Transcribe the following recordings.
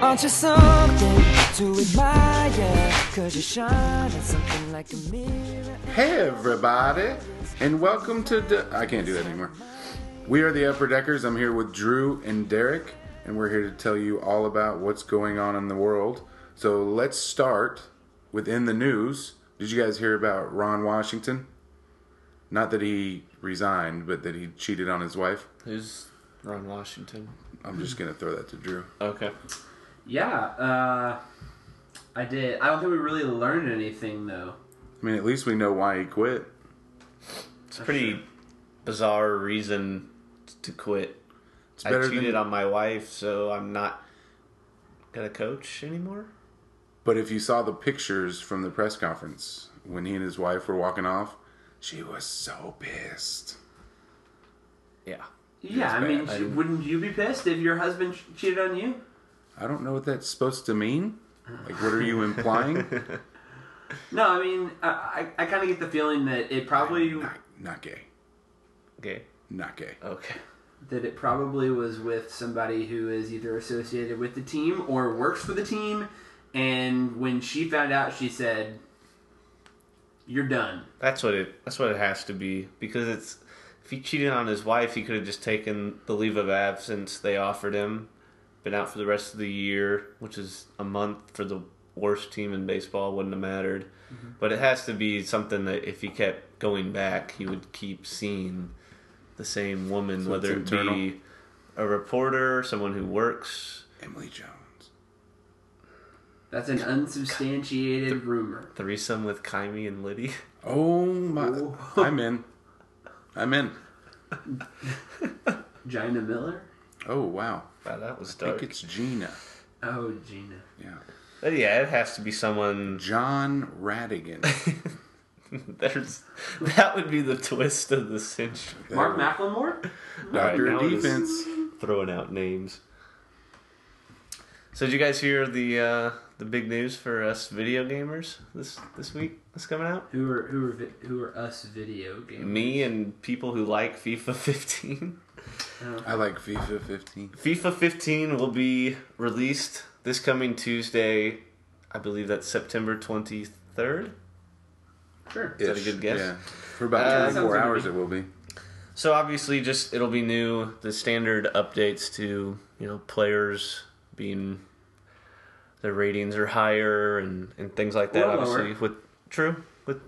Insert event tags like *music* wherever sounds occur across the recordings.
Aren't you something to admire? Cause you shine at something like a mirror. Hey, everybody, and welcome to. D I can't do that anymore. We are the Upper Deckers. I'm here with Drew and Derek, and we're here to tell you all about what's going on in the world. So let's start within the news. Did you guys hear about Ron Washington? Not that he resigned, but that he cheated on his wife. Who's Ron Washington? I'm just going to throw that to Drew. Okay. Yeah, uh, I did. I don't think we really learned anything though. I mean, at least we know why he quit. It's a pretty bizarre reason to quit. It's I better cheated than. on my wife, so I'm not gonna coach anymore. But if you saw the pictures from the press conference when he and his wife were walking off, she was so pissed. Yeah. Yeah, I bad. mean, I sh- wouldn't you be pissed if your husband ch- cheated on you? I don't know what that's supposed to mean. Like, what are you implying? *laughs* No, I mean, I, I, I kind of get the feeling that it probably not, not gay. Okay. Not gay. Okay. that it probably was with somebody who is either associated with the team or works for the team. And when she found out, she said, "You're done." That's what it. That's what it has to be because it's. If he cheated on his wife, he could have just taken the leave of absence they offered him, been out for the rest of the year, which is a month for the worst team in baseball. Wouldn't have mattered. Mm-hmm. But it has to be something that if he kept going back, he would keep seeing the same woman, So it's whether it internal. be a reporter, someone who works, Emily Jones. That's an unsubstantiated rumor. threesome with Kaimi and *laughs* Liddy. Oh my! Ooh. I'm in. I'm in. Gina Miller. Oh wow! Wow, that was I think dark. it's Gina. Oh, Gina. Yeah, But yeah, it has to be someone John Radigan. *laughs* There's that would be the twist of the century. Mark McLemore. Doctor All right, now of it is- Defense. Throwing out names. So did you guys hear the uh, the big news for us video gamers this this week that's coming out? Who are who are vi- who are us video game? Me and people who like FIFA 15. I like FIFA 15. FIFA 15 will be released this coming Tuesday. I believe that's September 23rd. Sure. Is that a good guess? Yeah. For about Uh, 24 sounds hours, good. it will be. So obviously, just it'll be new. The standard updates to you know players being their ratings are higher and and things like that. Or lower. obviously, with true with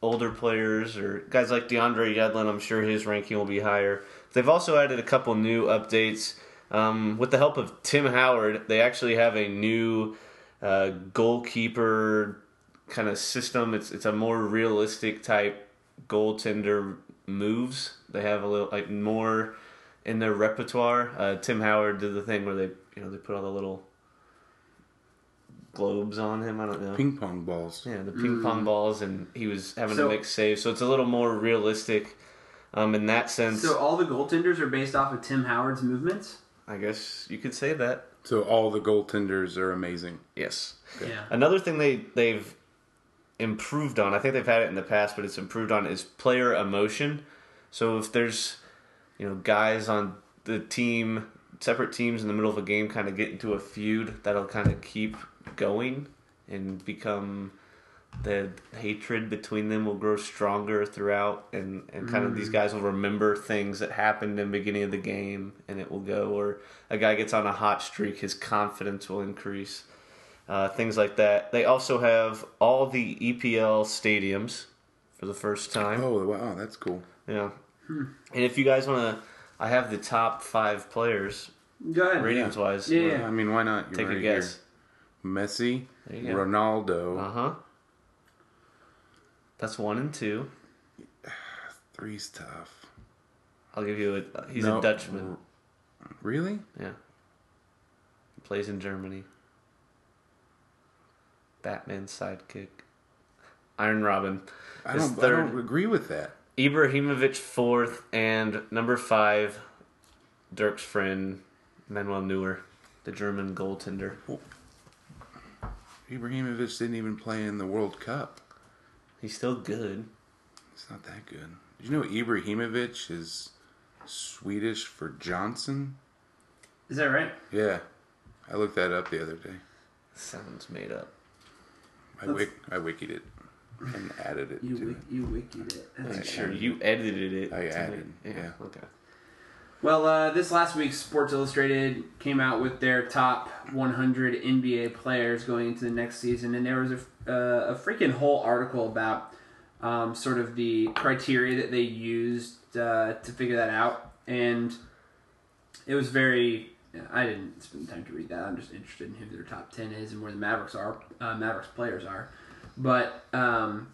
older players or guys like DeAndre Yedlin, I'm sure his ranking will be higher. They've also added a couple new updates. Um, with the help of Tim Howard, they actually have a new uh, goalkeeper kind of system. It's it's a more realistic type goaltender moves. They have a little like more in their repertoire. Uh, Tim Howard did the thing where they you know they put all the little globes on him. I don't know. Ping pong balls. Yeah, the ping pong balls, and he was having Mm. So- to make saves, so it's a little more realistic um, in that sense. So all the goaltenders are based off of Tim Howard's movements. I guess you could say that. So all the goaltenders are amazing. Yes. Yeah. Another thing they they've improved on, I think they've had it in the past, but it's improved on is player emotion. So if there's you know guys on the team, separate teams in the middle of a game, kind of get into a feud, that'll kind of keep going and become the hatred between them will grow stronger throughout and, and Mm. kind of these guys will remember things that happened in the beginning of the game and it will go or a guy gets on a hot streak his confidence will increase uh, things like that they also have all the epl stadiums for the first time Oh wow, that's cool. yeah and if you guys want to i have the top five players Go ahead. ratings wise Yeah. I mean, why not? You're take a right guess Here. Messi, There you go. Ronaldo, uh-huh that's one and two *sighs* three's tough. i'll give you a he's No. a dutchman Really? Yeah. Plays in Germany. Batman's sidekick. Iron Robin. I His don't, I third. don't agree with that. Ibrahimovic fourth and number five, Dirk's friend, Manuel Neuer, the German goaltender. Ibrahimovic didn't even play in the World Cup. He's still good. It's not that good. Did you know Ibrahimovic is Swedish for Johnson? Is that right? Yeah. I looked that up the other day. Sounds made up. I wik I wikied it and added it You to wik- you wikied it. That's I'm okay. sure you edited it. I to added, me. yeah. Okay. Well, uh, this last week, Sports Illustrated came out with their top 100 NBA players going into the next season, and there was a, uh, a freaking whole article about um, sort of the criteria that they used uh, to figure that out, and it was very. I didn't spend time to read that. I'm just interested in who their top 10 is and where the Mavericks are, uh, Mavericks players are, but. Um,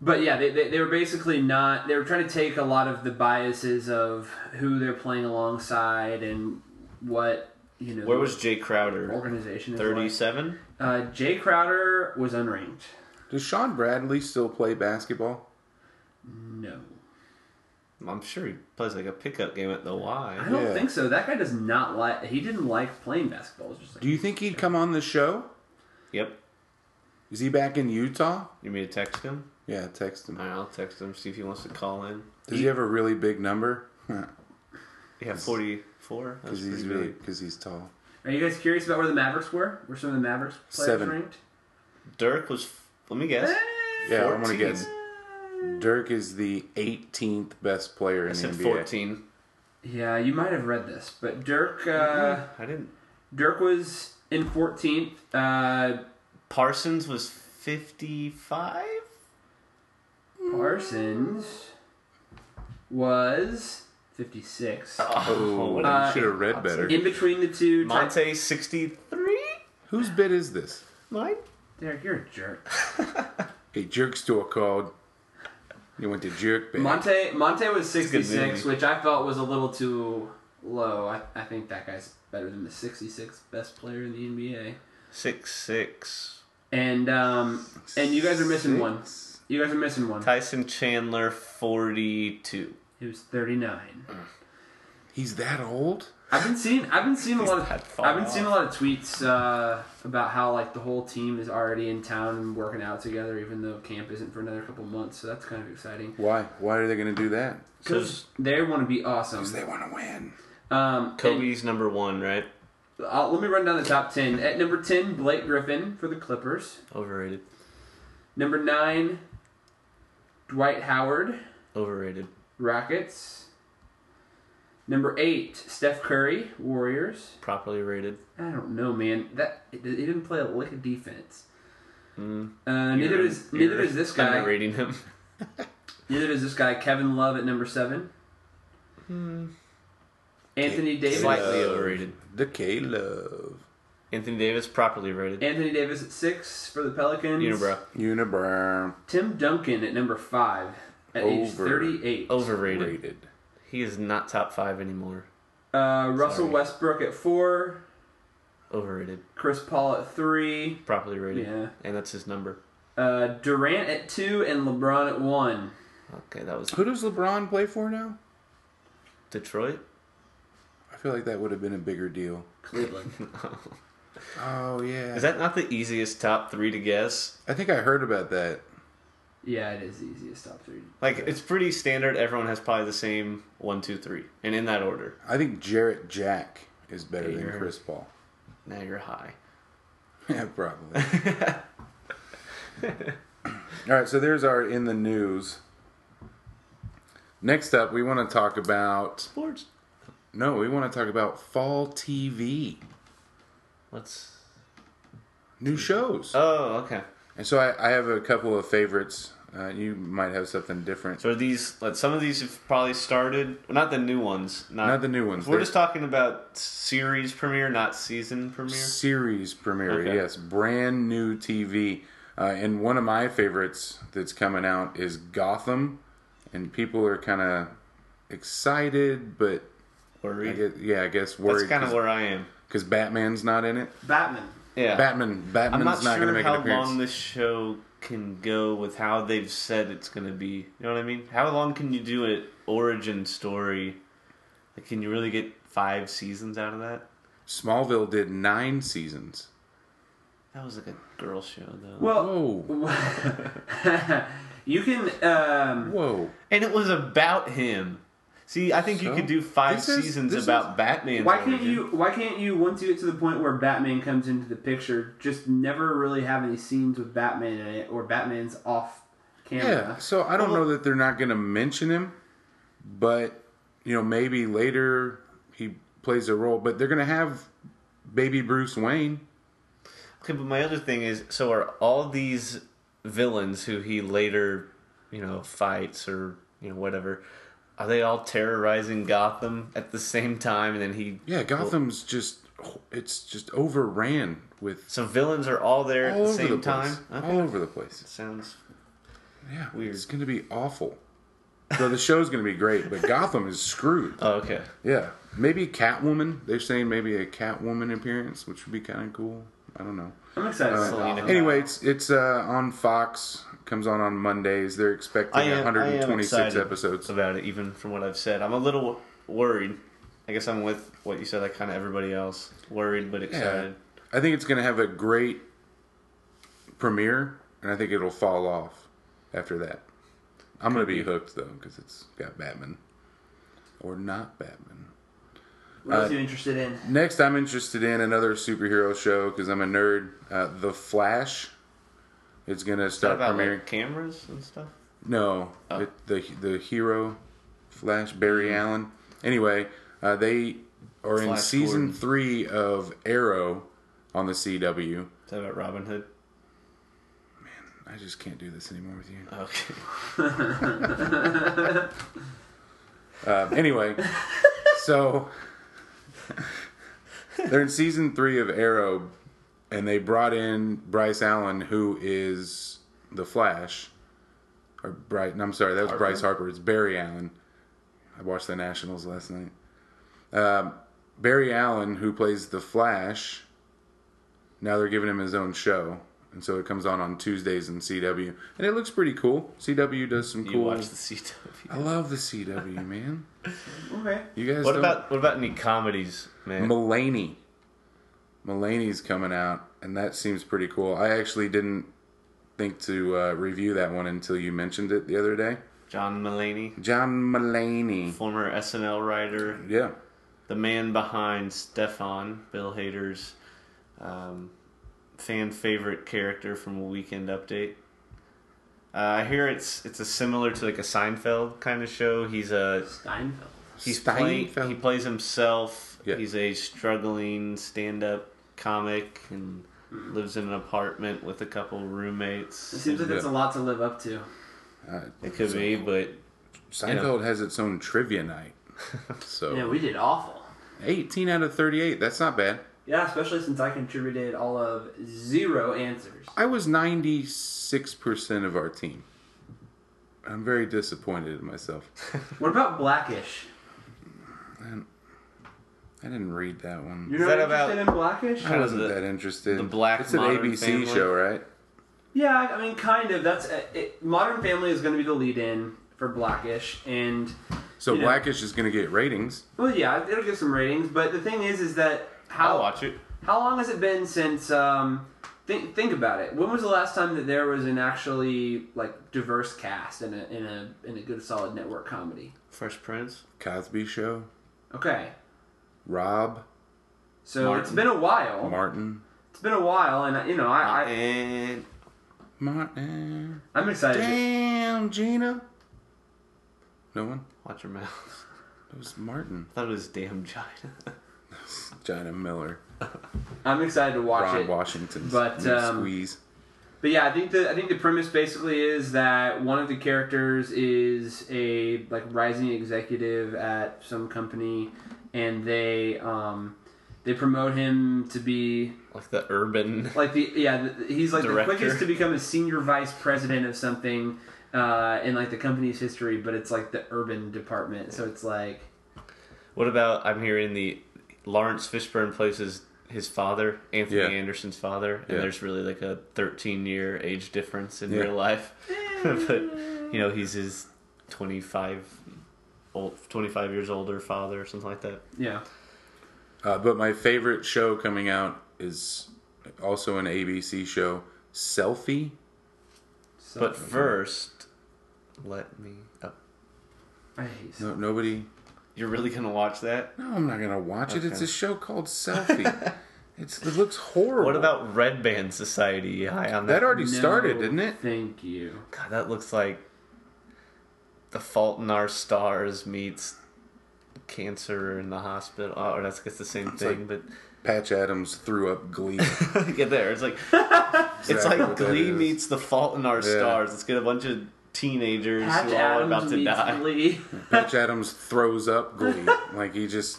but yeah, they, they, they were basically not. They were trying to take a lot of the biases of who they're playing alongside and what you know. Where the was Jay Crowder? organization? is like. Thirty-seven. Uh, Jay Crowder was unranked. Does Sean Bradley still play basketball? No, I'm sure he plays like a pickup game at the I Y. don't Yeah. think so. That guy does not like. He didn't like playing basketball. It was just like, Do you think he'd come on the show? Yep. Is he back in Utah? You mean to text him? Yeah, text him. All right, I'll text him see if he wants to call in. Does he have a really big number? Because *laughs* Yeah, forty-four. That's he's pretty big. big. Because he's tall. are you guys curious about where the Mavericks were? Were some of the Mavericks players Seven. ranked? Dirk was. Let me guess. *laughs* Yeah, I'm gonna 14. guess. Dirk is the 18th best player in I the said NBA. fourteen. Yeah, you might have read this, but Dirk uh, Mm-hmm, I didn't. Dirk was in 14th. Uh, Parsons was fifty-five. Parsons was 56. Oh, what Uh, you should have read better. In between the two, Monte sixty-three. Whose bid is this? Mine. Derek, you're a jerk. A jerk store called. You went to jerk bait. Monte Monte was a good 66, movie. which I felt was a little too low. I, I think that guy's better than the 66th best player in the NBA. Six six. And um and you guys are missing one. Six. You guys are missing one. Tyson Chandler forty-two. He was 39. *clears throat* He's that old? I've been seeing I've been seeing a lot that of far I've been seeing a off. lot of tweets uh, about how like the whole team is already in town and working out together, even though camp isn't for another couple months. So that's kind of exciting Why? Why are they going to do that? because they want to be awesome. Because they want to win. Um, and- Kobe's number one, right? Uh, let me run down the top 10. At number 10, Blake Griffin for the Clippers. Overrated. Number 9, Dwight Howard, Overrated. Rockets. Number 8, Steph Curry, Warriors. Properly rated. I don't know, man. That He didn't play a lick of defense. Mm. Uh, neither does neither does this guy. Rating him. *laughs* Neither does this guy. Kevin Love at number seven. Anthony Davis. Slightly overrated. The K Love. Anthony Davis properly rated. Anthony Davis at six for the Pelicans. Unibrow. Unibrow. Tim Duncan at number five at age Over. 38. Overrated. Rated. He is not top five anymore. Uh, Russell Sorry. Westbrook at four. Overrated. Chris Paul at three. Properly rated. Yeah. And that's his number. Uh, Durant at two and LeBron at one. Okay, that was Who does LeBron play for now? Detroit. I feel like that would have been a bigger deal. Cleveland. *laughs* Oh yeah. Is that not the easiest top three to guess? I think I heard about that. yeah, it is the easiest top three. Like it's pretty standard. Everyone has probably the same one, two, three, and in that order. I think Jarrett Jack is better than Hater. Chris Paul. Now you're high. *laughs* Yeah, probably. All right, so there's our in the news. Next up, we want to talk about Sports. no, we want to talk about fall TV, Let's. new shows. Oh, okay. And so I, I have a couple of favorites. Uh, you might have something different. So are these like some of these have probably started. Well, not the new ones. Not, Not the new ones. We're They're just talking about series premiere, not season premiere. series premiere. Okay. Yes, brand new TV. Uh, and one of my favorites that's coming out is Gotham, and people are kind of excited, but Or I guess, yeah, I guess that's worried kind of because where I am. Batman's not in it. Batman. Yeah, Batman, I'm Batman's not not, going to sure make how an appearance. long this show can go with how they've said it's going to be. You know what I mean? How long can you do an origin story? Like, can you really get five seasons out of that? Smallville did nine seasons. That was like a girl show, though. Well, Whoa, *laughs* you can. Um, whoa! and it was about him. See, I think you So? could do five This is- seasons this about is- Batman. Why can't you? Why can't you? Once you get to the point where Batman comes into the picture, just never really have any scenes with Batman in it, or Batman's off Yeah, camera. so I don't know that they're not going to mention him, but you know maybe later he plays a role. But they're going to have baby Bruce Wayne. Okay, but my other thing is, so are all these villains who he later, you know, fights or you know whatever, are they all terrorizing Gotham at the same time? And then he, Yeah, Gotham's just it's just overran with so villains are all there all at the over same the place, time. all Okay. over the place. Sounds Yeah, Weird. It's going to be awful. So the show's going to be great, but Gotham is screwed. oh, okay. Yeah, maybe Catwoman. They're saying maybe a Catwoman appearance, which would be kind of cool. I don't know. I'm excited. for Uh, Selena. Gotham. Anyway, it's it's uh, on Fox. Comes on on Mondays. They're expecting I am, 126 126 episodes. about it, even from what I've said. I'm a little worried. I guess I'm with what you said, like kind of everybody else. Worried but Yeah. excited. I think it's going to have a great premiere, and I think it'll fall off after that. I'm going to be hooked though because it's got Batman or not Batman. Uh, what else are you interested in? Next, I'm interested in another superhero show because I'm a nerd. Uh, the Flash is going to What start about premiering. like, cameras and stuff? No, Oh. Mm-hmm. it, the the hero, Flash Barry Allen. Anyway, uh, they are in Flash season Gordon. three of Arrow on the CW. Is that about Robin Hood? I just can't do this anymore with you. Okay. *laughs* Um, anyway, so *laughs* they're in season three of Arrow, and they brought in Bryce Allen, who is the Flash, or Bryce. No, I'm sorry, that was Harper. Bryce Harper. It's Barry Allen. I watched the Nationals last night. Um, Barry Allen, who plays the Flash, now they're giving him his own show. And so it comes on on Tuesdays in CW, and it looks pretty cool. CW does some You cool. watch the CW. I love the CW, man. Okay. You guys. What don't- about what about any comedies, man? Mulaney? Mulaney's coming out, and that seems pretty cool. I actually didn't think to uh, review that one until you mentioned it the other day. John Mulaney, John Mulaney. former SNL writer, Yeah, the man behind Stefan, Bill Hader's um, fan favorite character from Weekend Update. Uh, I hear it's it's a similar to like a Seinfeld kind of show. He's a Steinfeld. he's playing Steinfeld. he plays himself. Yeah. He's a struggling stand up comic and lives in an apartment with a couple roommates. Mm-hmm. It seems like that's a lot to live up to. It could be, but Seinfeld has its own trivia *laughs* night. So Yeah, we did awful. 18 out of 38. That's not bad. Yeah, especially since I contributed all of zero answers. I was 96% of our team. I'm very disappointed in myself. What about Blackish? I didn't read that one. You're Is not that about- interested in Blackish? I wasn't The- that interested. the Black It's an Modern ABC Family? show, right? Yeah, I I mean, kind of. That's uh, it. Modern Family is going to be the lead-in for Blackish, and So You know. Blackish is going to get ratings. well, yeah, it'll give some ratings. But the thing is, is that I'll how watch it. how long has it been since? Um, think think about it. When was the last time that there was an actually like diverse cast in a in a in a good solid network comedy? Fresh Prince. Cosby Show, Okay, Rob, so it's Martin. been a while. Martin, It's been a while, and I- you know, I, and Martin. I I'm excited. Damn, Gina. No one. watch your mouth. It was Martin. I thought it was damn *laughs* China. Gina Miller, I'm excited to watch Ron it. Washington's But, new um, squeeze. But yeah, I think the I think the premise basically is that one of the characters is a like rising executive at some company, and they um, they promote him to be like the urban. *laughs* like the yeah the, he's like Director. the quickest to become a senior vice president of something uh, in like the company's history, but it's like the urban department, so it's like *laughs* What about I'm hearing the Lawrence Fishburne plays his, his father, Anthony Yeah. Anderson's father, and Yeah. there's really like a 13 year age difference in Yeah. real life. *laughs* but you know he's his 25 old 25 years older father or something like that. yeah Uh, but my favorite show coming out is also an ABC show, Selfie. so, But first, let me. Oh, I hate No, nobody. You're really gonna watch that? No, I'm not gonna watch it. It's a show called Selfie. *laughs* it's it looks horrible. What about Red Band Society? You high on that? that already No, started, didn't it? Thank you. God, that looks like The Fault in Our Stars meets Cancer in the Hospital. Oh, or that's I guess the same thing, Patch Adams threw *laughs* up Glee. but get there. *laughs* It's like it's Exactly like what that Glee is. meets The Fault in Our Stars. Let's get a bunch of teenagers Patch who are all Adams about to meets die. Glee. *laughs* Patch Adams throws up *laughs* Glee. like he just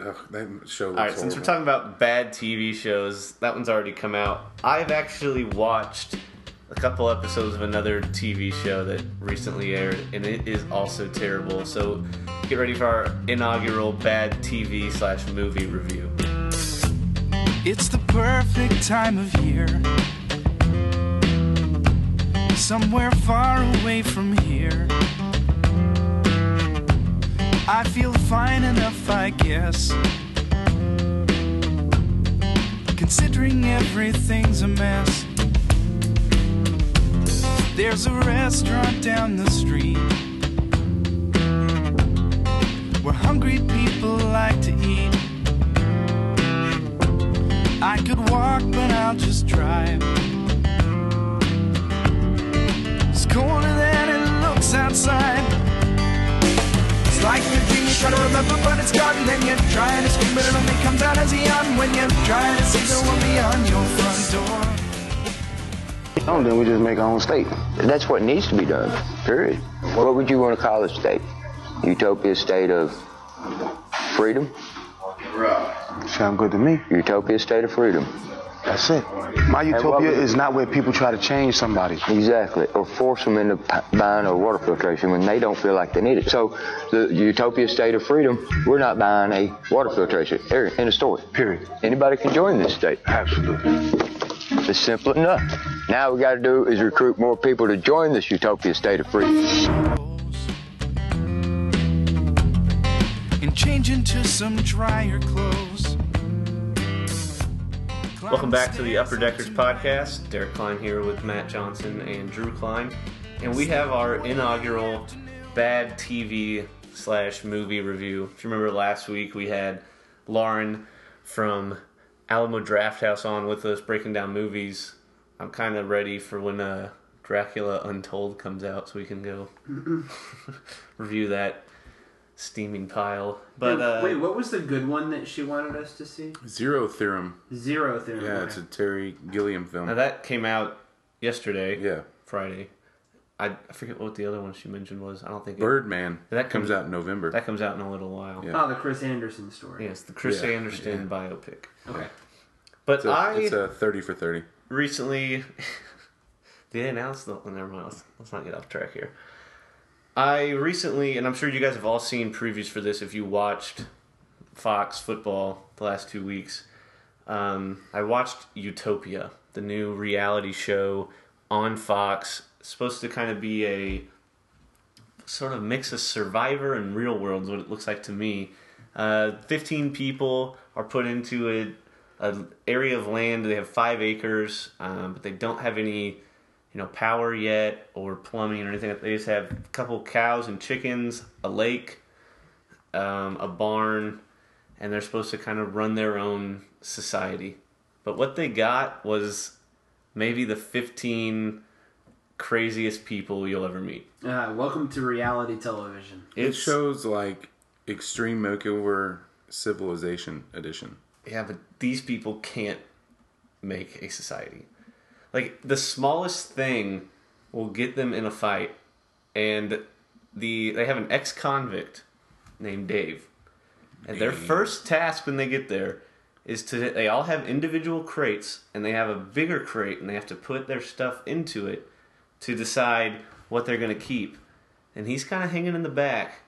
ugh, that show. Looks All right, since we're horrible. talking about bad TV shows, that one's already come out. I've actually watched a couple episodes of another TV show that recently aired, and it is also terrible. So get ready for our inaugural bad TV slash movie review. It's the perfect time of year. Somewhere far away from here. I feel fine enough, I guess. Considering everything's a mess. There's a restaurant down the street where hungry people like to eat. I could walk, but I'll just drive. It's colder than it looks outside. It's like a dream you try to remember, but it's gone. Then you're trying to scream, but it only comes out as a yawn when you're trying to see someone beyond your front door. Oh, then we just make our own state. That's what needs to be done, period. What would you want to call a state? Utopia state of freedom? Sound good to me. Utopia state of freedom. That's it. My what utopia would- is not where people try to change somebody. Exactly. Oh. Or force them into p- buying a water filtration when they don't feel like they need it. So, the utopia state of freedom, we're not buying a water filtration. Area, end of story. Period. Anybody can join this state. Absolutely. It's simple enough. Now, we got to do is recruit more people to join this utopia state of freedom. And change into some drier clothes. Welcome back to the Upper Deckers podcast. Derek Klein here with Matt Johnson and Drew Klein, and we have our inaugural bad TV slash movie review. If you remember last week, we had Lauren from Alamo Draft House on with us breaking down movies. I'm kind of ready for when uh, Dracula Untold comes out, so we can go *laughs* review that steaming pile. But uh, Wait, what was the good one that she wanted us to see? Zero Theorem. Zero Theorem. Yeah, okay. it's a Terry Gilliam film. now that came out yesterday. yeah, Friday. I, I forget what the other one she mentioned was. I don't think it- Birdman. That That comes comes- out in November. that comes out in a little while. Yeah. Oh, the Chris Anderson story. Yes, the Chris Yeah, Anderson yeah. biopic. Okay. But it's, a, I it's a thirty for thirty. recently *laughs* they announced the. oh, Never mind. Let's, let's not get off track here. I recently, and I'm sure you guys have all seen previews for this if you watched Fox football the last two weeks. Um, I watched Utopia, the new reality show on Fox. It's supposed to kind of be a sort of mix of Survivor and Real World is what it looks like to me. Uh, Fifteen people are put into a, a area of land. They have five acres, um, but they don't have any, you know, power yet or plumbing or anything. They just have a couple cows and chickens, a lake, um, a barn, and they're supposed to kind of run their own society. But what they got was maybe the fifteen craziest people you'll ever meet. Uh, welcome to reality television. It It's- shows like Extreme Makeover Civilization Edition. yeah, but these people can't make a society. Like the smallest thing will get them in a fight, and the they have an ex-convict named Dave, and their first task when they get there is to they all have individual crates, and they have a bigger crate, and they have to put their stuff into it to decide what they're gonna keep, and he's kind of hanging in the back,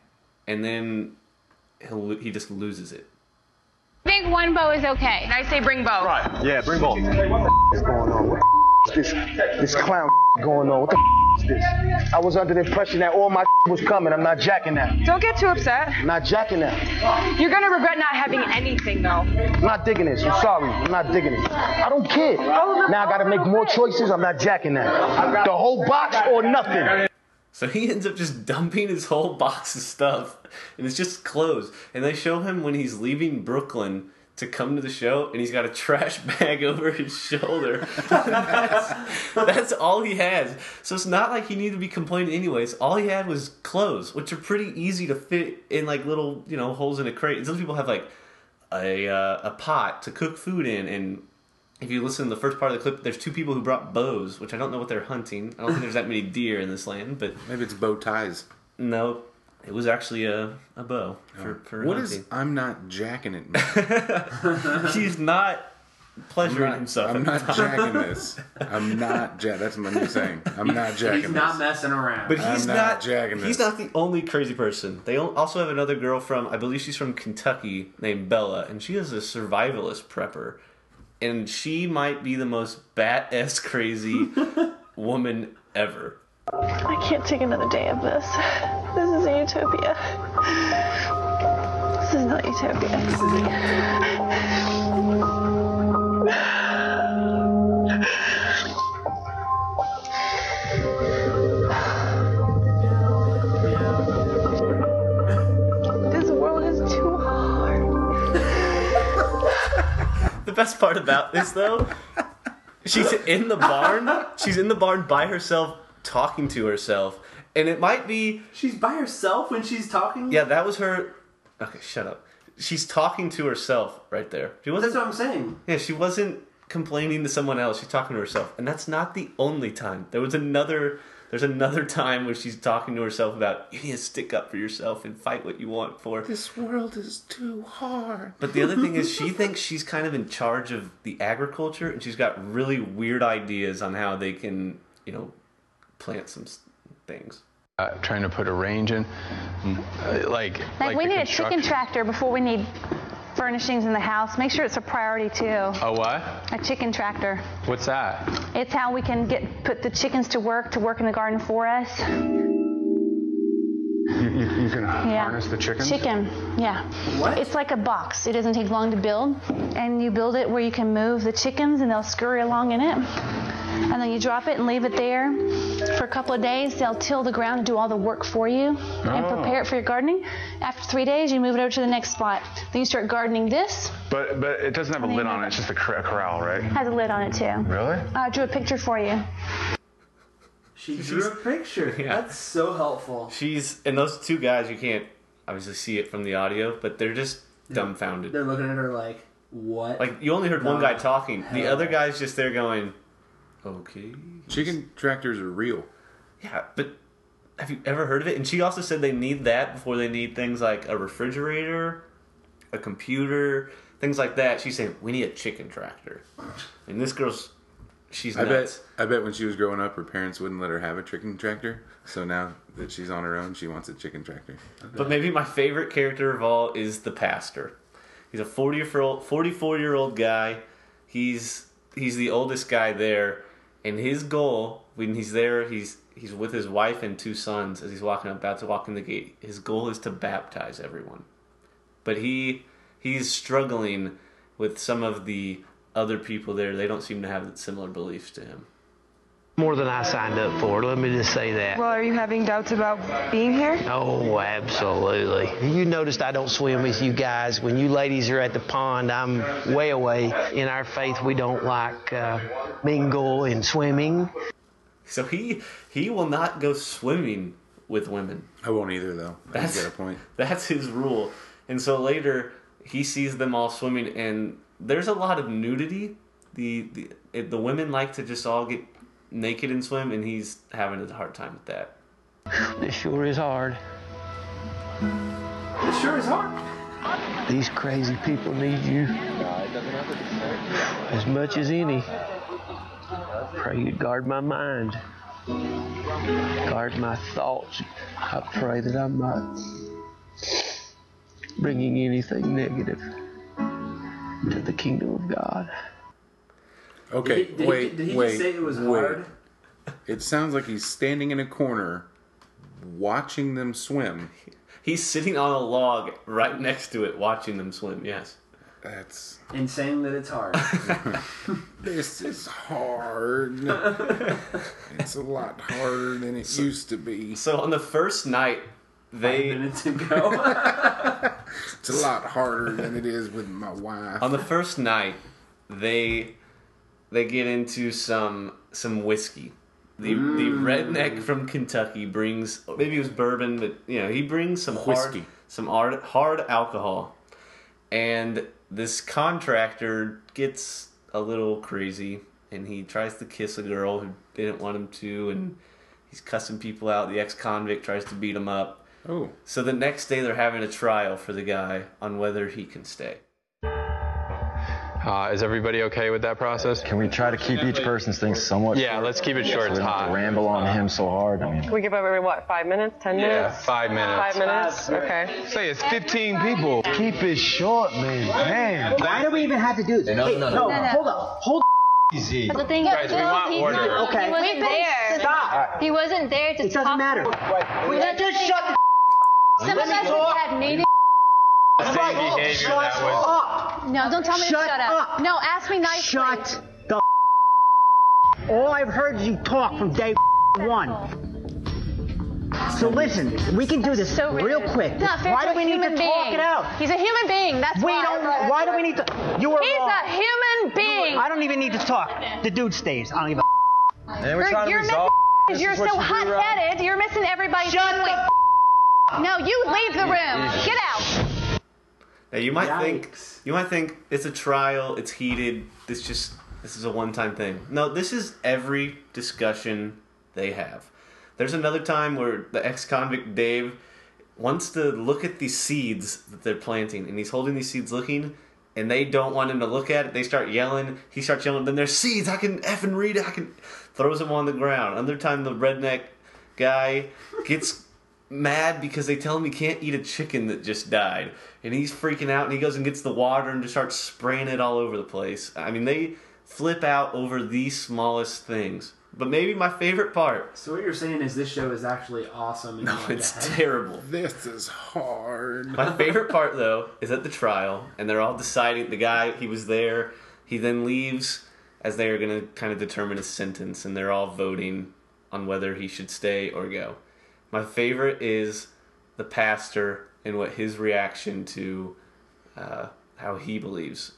and then he'll, lo- he just loses it. I think one bow is okay. And I say bring bow. Yeah, bring both. What's going on? What the is this? This clown going on. What the is this? I was under the impression that all my *laughs* was coming. I'm not jacking that. Don't get too upset. I'm not jacking that. You're gonna regret not having anything though. I'm not digging this. I'm sorry. I'm not digging it. I don't care. Now I gotta make more choices. I'm not jacking that. The whole box or nothing. So he ends up just dumping his whole box of stuff, and it's just clothes. And they show him when he's leaving Brooklyn to come to the show, and he's got a trash bag *laughs* over his shoulder. that's, *laughs* that's all he has. So it's not like he needed to be complaining anyways. All he had was clothes, which are pretty easy to fit in like little you know holes in a crate. And some people have like a uh, a pot to cook food in and if you listen to the first part of the clip, there's two people who brought bows, which I don't know what they're hunting. I don't think there's that many deer in this land, but Maybe it's bow ties. no, it was actually a, a bow for, for Oh. What is hunting. I'm not jacking it? man? He's *laughs* not pleasuring himself. I'm not jacking *laughs* this. *laughs* I'm not jack. That's my new saying. I'm not jacking He's this. not messing around. but he's I'm not not. jacking he's this. not the only crazy person. They al- also have another girl from, I believe she's from Kentucky, named Bella, and she is a survivalist prepper, and she might be the most bat ass *laughs* crazy woman ever. I can't take another day of this. This is a utopia. This is not utopia. This world is too hard. The best part about this though, she's in the barn. She's in the barn by herself, talking to herself, and it might be she's by herself when she's talking. yeah. That was her. Okay, shut up. She's talking to herself right there. She that's wasn't. what I'm saying. Yeah, she wasn't complaining to someone else. She's talking to herself, and that's not the only time. There was another. There's another time where she's talking to herself about you need to stick up for yourself and fight what you want for. This world is too hard. But the other thing *laughs* is, she thinks she's kind of in charge of the agriculture, and she's got really weird ideas on how they can, you know, plant some s- things. Uh, trying to put a range in, like Like, we need a chicken tractor before we need furnishings in the house. Make sure it's a priority too. A what? A chicken tractor. What's that? It's how we can get put the chickens to work to work in the garden for us. You, you, you can harness the chickens. Chicken, yeah. What? It's like a box. It doesn't take long to build, and you build it where you can move the chickens, and they'll scurry along in it. And then you drop it and leave it there for a couple of days. They'll till the ground and do all the work for you and Oh. prepare it for your gardening. After three days, you move it over to the next spot. Then you start gardening this. But but it doesn't have a lid on it. It's just a cor- corral, right? Has a lid on it too. Really? I drew a picture for you. She drew a picture. Yeah. That's so helpful. She's and those two guys you can't obviously see it from the audio, but they're just dumbfounded. They're looking at her like, what? Oh. Like you only heard one guy talking, the hell. other guy's just there going, "Okay." Chicken tractors are real. Yeah, but have you ever heard of it? And she also said they need that before they need things like a refrigerator, a computer, things like that. She's saying we need a chicken tractor, and this girl's she's I nuts. bet. I bet when she was growing up, her parents wouldn't let her have a chicken tractor. So now that she's on her own, she wants a chicken tractor. But maybe my favorite character of all is the pastor. He's a 40 year old, 44 year old guy. He's he's the oldest guy there, and his goal when he's there, he's he's with his wife and two sons as he's walking about to walk in the gate. His goal is to baptize everyone, but he he's struggling with some of the other people there. They don't seem to have similar beliefs to him. More than I signed up for. Let me just say that. Well, are you having doubts about being here? Oh, absolutely. You noticed I don't swim with you guys. When you ladies are at the pond, I'm way away. In our faith, we don't like uh, mingle and swimming. So he he will not go swimming with women. I won't either, though. I That's- get a point. *laughs* That's his rule. And so later he sees them all swimming, and there's a lot of nudity. The the it, the women like to just all get naked and swim, and he's having a hard time with that. It sure is hard. it sure is hard. These crazy people need you as much as any. Pray you'd guard my mind, guard my thoughts. I pray that I'm not bringing anything negative to the kingdom of God. Okay, Did he- did he- wait, did he just wait. say it was wait. hard? It sounds like he's standing in a corner, watching them swim. He's sitting on a log right next to it, watching them swim. Yes, That's and saying that it's hard. *laughs* this is hard. it's a lot harder than it used to be. So on the first night, they It's a lot harder than it is with my wife. on the first night they they get into some some whiskey. The the redneck from Kentucky brings maybe it was bourbon, but you know he brings some Whiskey. hard, some hard hard alcohol, and this contractor gets a little crazy and he tries to kiss a girl who didn't want him to, and he's cussing people out. The ex convict tries to beat him up. Oh, So the next day they're having a trial for the guy on whether he can stay. Uh, is everybody okay with that process? Can we try to keep each person's thing somewhat? Yeah, let's keep it short. So we it's don't have to hot. ramble on him so hard. I mean, We give everybody what? Five minutes? Ten yeah, minutes? five minutes. Five minutes. Okay. Say it's 15 people. Keep it short, man. Man, Why do we even have to do this? No, no, Hey, no, no, no. Hold up. Hold easy. But the thing Guys, is, we Bill, want he, order. Wasn't, Okay. he wasn't We've been- there. Stop. He wasn't there to it doesn't matter. Just shut the Some Let of me us have talk. had meetings. Right. Shut up. No, don't tell me Shut to shut up. up. No, ask me nicely. Shut the All I've heard is you talk from day one. So listen, we can do this real quick. It's not fair why to do we a need to human talk being. it out? He's a human being. That's we why. don't. Why do we need to? Oh. You are He's wrong. a human being. I don't even need to talk. The dude stays. I don't give a. And You're- you're missing- You're so hot-headed. You're missing everybody's Shut No, you leave the room. Yeah. Get out. Now you might think you might think it's a trial, it's heated, this just this is a one time thing. No, this is every discussion they have. There's another time where the ex convict Dave wants to look at these seeds that they're planting and he's holding these seeds looking and they don't want him to look at it. They start yelling. He starts yelling. Then there's seeds. I can effing read it. I can. Throws them on the ground. Another time, the redneck guy gets mad because they tell him he can't eat a chicken that just died, and he's freaking out. And he goes and gets the water and just starts spraying it all over the place. I mean, they flip out over the smallest things. But maybe my favorite part. *laughs* So what you're saying is this show is actually awesome. And No, not it's bad. terrible. this is hard. My favorite part though is at the trial, and they're all deciding. The guy he was there. He then leaves as they are going to kind of determine his sentence, and they're all voting on whether he should stay or go. My favorite is the pastor and what his reaction to uh, how he believes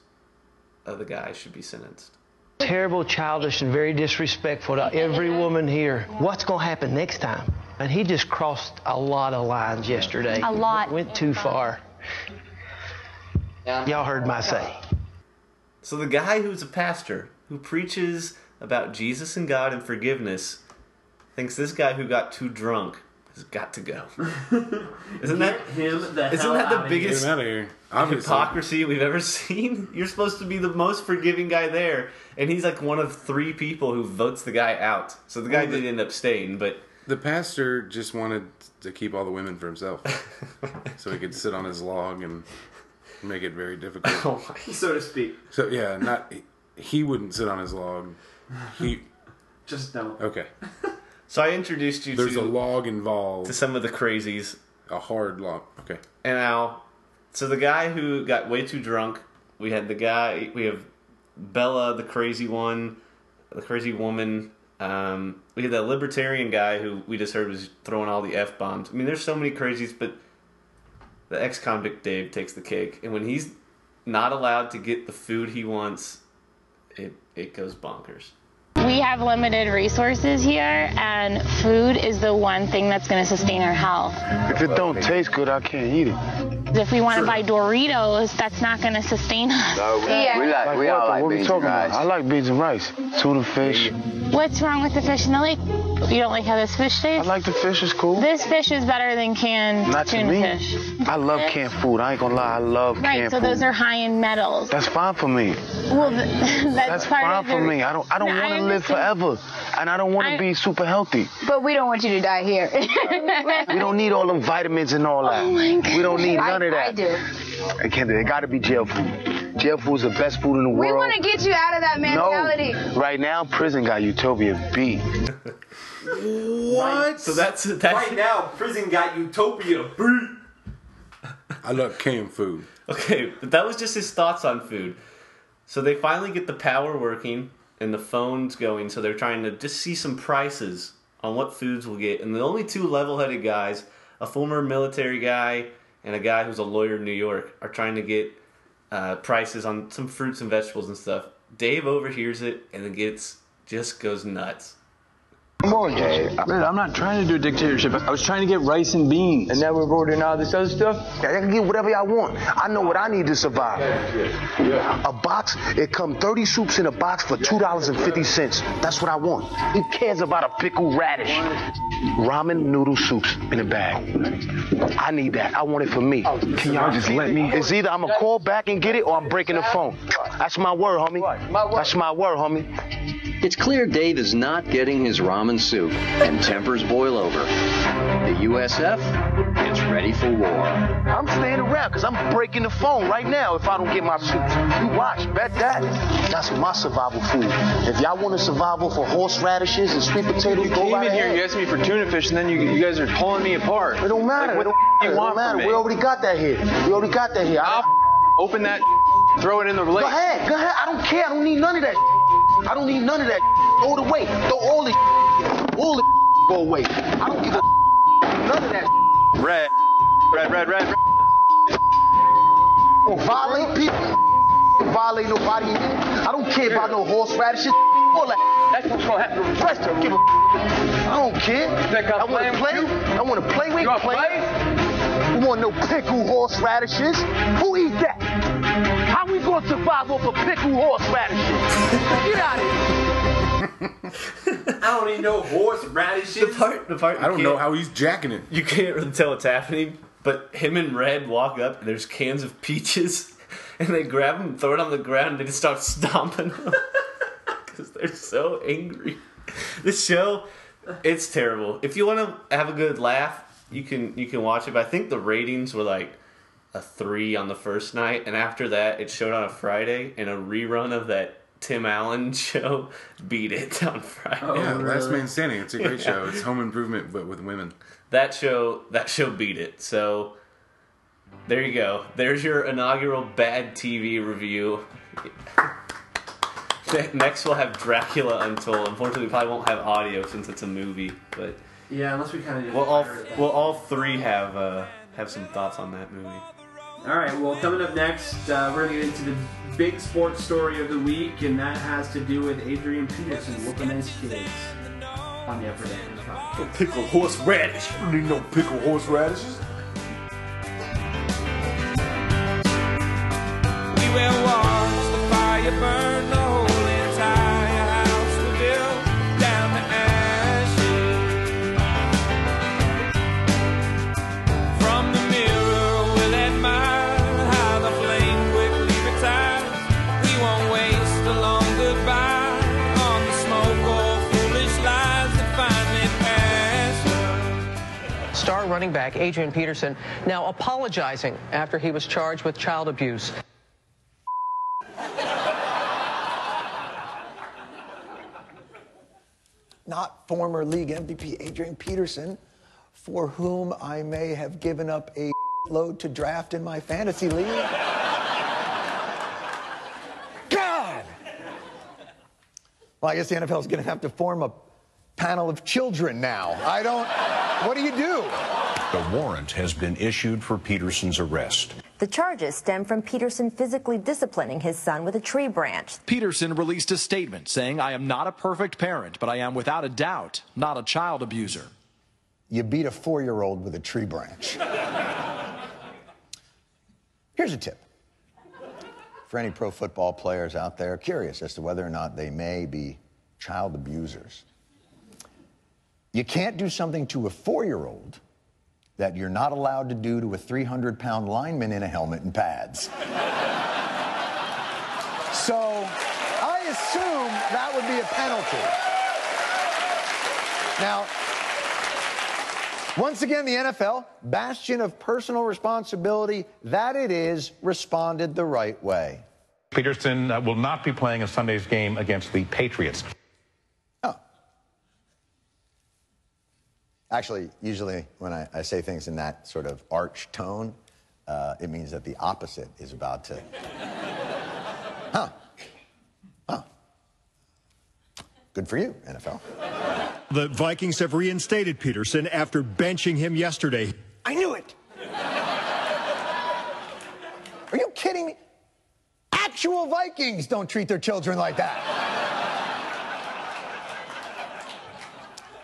uh, the guy should be sentenced. terrible, childish, and very disrespectful to every woman here. What's going to happen next time? And he just crossed a lot of lines yesterday. A lot. Went too far. Y'all heard my say. So the guy who's a pastor who preaches about Jesus and God and forgiveness thinks this guy who got too drunk has got to *laughs* go. Isn't that him? The Isn't hell that outta the here. biggest Get him outta Obviously. hypocrisy we've ever *laughs* seen? You're supposed to be the most forgiving guy there, and he's like one of three people who votes the guy out. So the guy Well, the- did end up staying, but The pastor just wanted to keep all the women for himself, so he could sit on his log and make it very *laughs* difficult. Oh *laughs* so to speak. So yeah, not he wouldn't sit on his log. He *laughs* just don't. Okay. So I introduced you There's to a log involved. to some of the crazies. A hard log. Okay. And now, so the guy who got way too drunk, we had the guy, we have Bella, the crazy one, the crazy woman. Um, we had that libertarian guy who we just heard was throwing all the f bombs. I mean, there's so many crazies, but the ex convict Dave takes the cake, and when he's not allowed to get the food he wants, it it goes bonkers. We have limited resources here, and food is the one thing that's going to sustain our health. If it don't taste good, I can't eat it. If we want to buy Doritos, that's not going to sustain us. we like, we all like beans and rice. I like beans and rice, tuna fish. What's wrong with the fish in the lake? You don't like how this fish tastes? I like the fish, it's cool. This fish is better than canned Not to tuna me. fish. I love canned food. I ain't gonna lie, I love Right, canned so food. those are high in metals. That's fine for me. Well, th- *laughs* that's, That's part fine of for the- me. I don't. I don't No, want to live understand. forever, and I don't want to be super healthy. But we don't want you to die here. *laughs* We don't need all them vitamins and all Oh that. we don't need none of that. *laughs* I do. It can't- It gotta be jail food. Jail food's the best food in the We world. want to get you out of that mentality. No. Right now, prison got Utopia beat. What? So that's that's right now. Prison got Utopia. I love canned food. Okay, but that was just his thoughts on food. So they finally get the power working and the phones going, so they're trying to just see some prices on what foods we'll get. And the only two level headed guys, a former military guy and a guy who's a lawyer in New York, are trying to get uh, prices on some fruits and vegetables and stuff. Dave overhears it and then gets just goes nuts. Come on, Dave. Man, I'm not trying to do a dictatorship. I was trying to get rice and beans. And now we're ordering all this other stuff? I can get whatever y'all want. I know what I need to survive. A box, it come 30 soups in a box for $2.50. That's what I want. Who cares about a pickled radish? Ramen noodle soups in a bag. I need that. I want it for Oh, me. Can y'all just let me? It's either I'm going to call back and get it or I'm breaking the phone. That's my word, homie. That's my word, homie. It's clear Dave is not getting his ramen soup, and tempers boil over. The USF is ready for war. I'm staying around because I'm breaking the phone right now if I don't get my soups. You watch, bet that. That's my survival food. If y'all want a survival for horseradishes and sweet potatoes, You go came right in ahead. here, you asked me for tuna fish, and then you, you guys are pulling me apart. It don't matter. Like, what it don't, the matter. f- It you want don't matter. from We me? already got that here. We already got that here. I'll open that, throw it in the Go lake. ahead. Go ahead. I don't care. I don't need none of that. I don't need none of that. Throw it away. Throw all the all the go away. I don't give a none of that. Red, red, red, red, red. Don't violate people. Don't violate nobody. I don't care about no horseradish shit. All that. That's what's gonna happen to the rest of them. Give a I don't care. I wanna play. I wanna play. We play. play. We want no pickle horseradishes. Who eat that? How we gonna survive off of pickle horseradishes? Get out of here. I don't even know horse radishes. The part, the part. I don't know how he's jacking it. You can't really tell what's happening, but him and Red walk up. And there's cans of peaches, *laughs* and they grab them, throw it on the ground, and they just start stomping them because *laughs* they're so angry. This show, it's terrible. If you want to have a good laugh, you can you can watch it. But I think the ratings were like a three on the first night, and after that, it showed on a Friday, and a rerun of that. Tim Allen *laughs* show beat it on Friday. yeah, Last Man Standing. It's a great show. It's Home Improvement, but with women. that show that show beat it. So there you go. There's your inaugural bad TV review. Ne- *laughs* Next we'll have Dracula Untold. Unfortunately, we probably won't have audio since it's a movie, but Yeah, unless we kind of. we'll all we'll all three have uh, have some thoughts on that movie. All right. Well, coming up next, uh, we're going to get into the big sports story of the week, and that has to do with Adrian Peterson whooping his kids on the upper deck. Pickle horseradish. You don't need no pickle horseradishes. We will watch the fire burn the whole entire house we built down to ashes. From the mirror, we'll admire how the flame quickly retires. We won't waste a long goodbye on the smoke or foolish lies that finally pass us. Star running back Adrian Peterson now apologizing after he was charged with child abuse. not former league MVP Adrian Peterson, for whom I may have given up a *laughs* load to draft in my fantasy league. *laughs* God! Well, I guess the NFL is going to have to form a panel of children now. I don't. What do you do? The warrant has been issued for Peterson's arrest. The charges stem from Peterson physically disciplining his son with a tree branch. Peterson released a statement saying, I am not a perfect parent, but I am without a doubt not a child abuser. You beat a four year old with a tree branch. *laughs* Here's a tip for any pro football players out there curious as to whether or not they may be child abusers. You can't do something to a four year old that you're not allowed to do to a 300 pound lineman in a helmet and pads. *laughs* so I assume that would be a penalty. Now, once again, the NFL, bastion of personal responsibility, that it is, responded the right way. Peterson uh, will not be playing in Sunday's game against the Patriots. Actually, usually when I, I say things in that sort of arch tone, uh, it means that the opposite is about to. *laughs* huh. Huh. Good for you, NFL. The Vikings have reinstated Peterson after benching him yesterday. I knew it. Are you kidding me? Actual Vikings don't treat their children like that.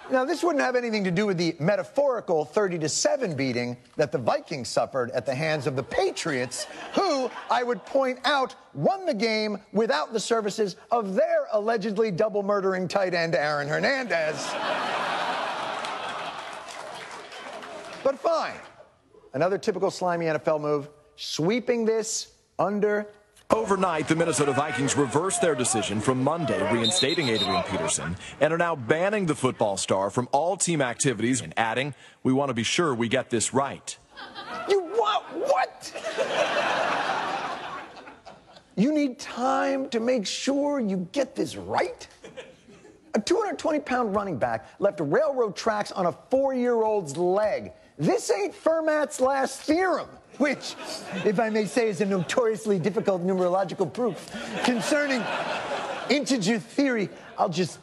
Now, this wouldn't have anything to do with the metaphorical 30 to 7 beating that the Vikings suffered at the hands of the Patriots, who, I would point out, won the game without the services of their allegedly double murdering tight end, Aaron Hernandez. But fine. Another typical slimy NFL move, sweeping this under. Overnight, the Minnesota Vikings reversed their decision from Monday, reinstating Adrian Peterson, and are now banning the football star from all team activities and adding, We want to be sure we get this right. You what? What? you need time to make sure you get this right? A 220 pound running back left railroad tracks on a four year old's leg. This ain't Fermat's last theorem, which, if I may say, is a notoriously difficult numerological proof concerning integer theory. I'll just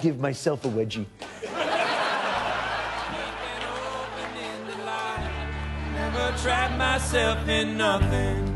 give myself a wedgie. Never tried myself in nothing.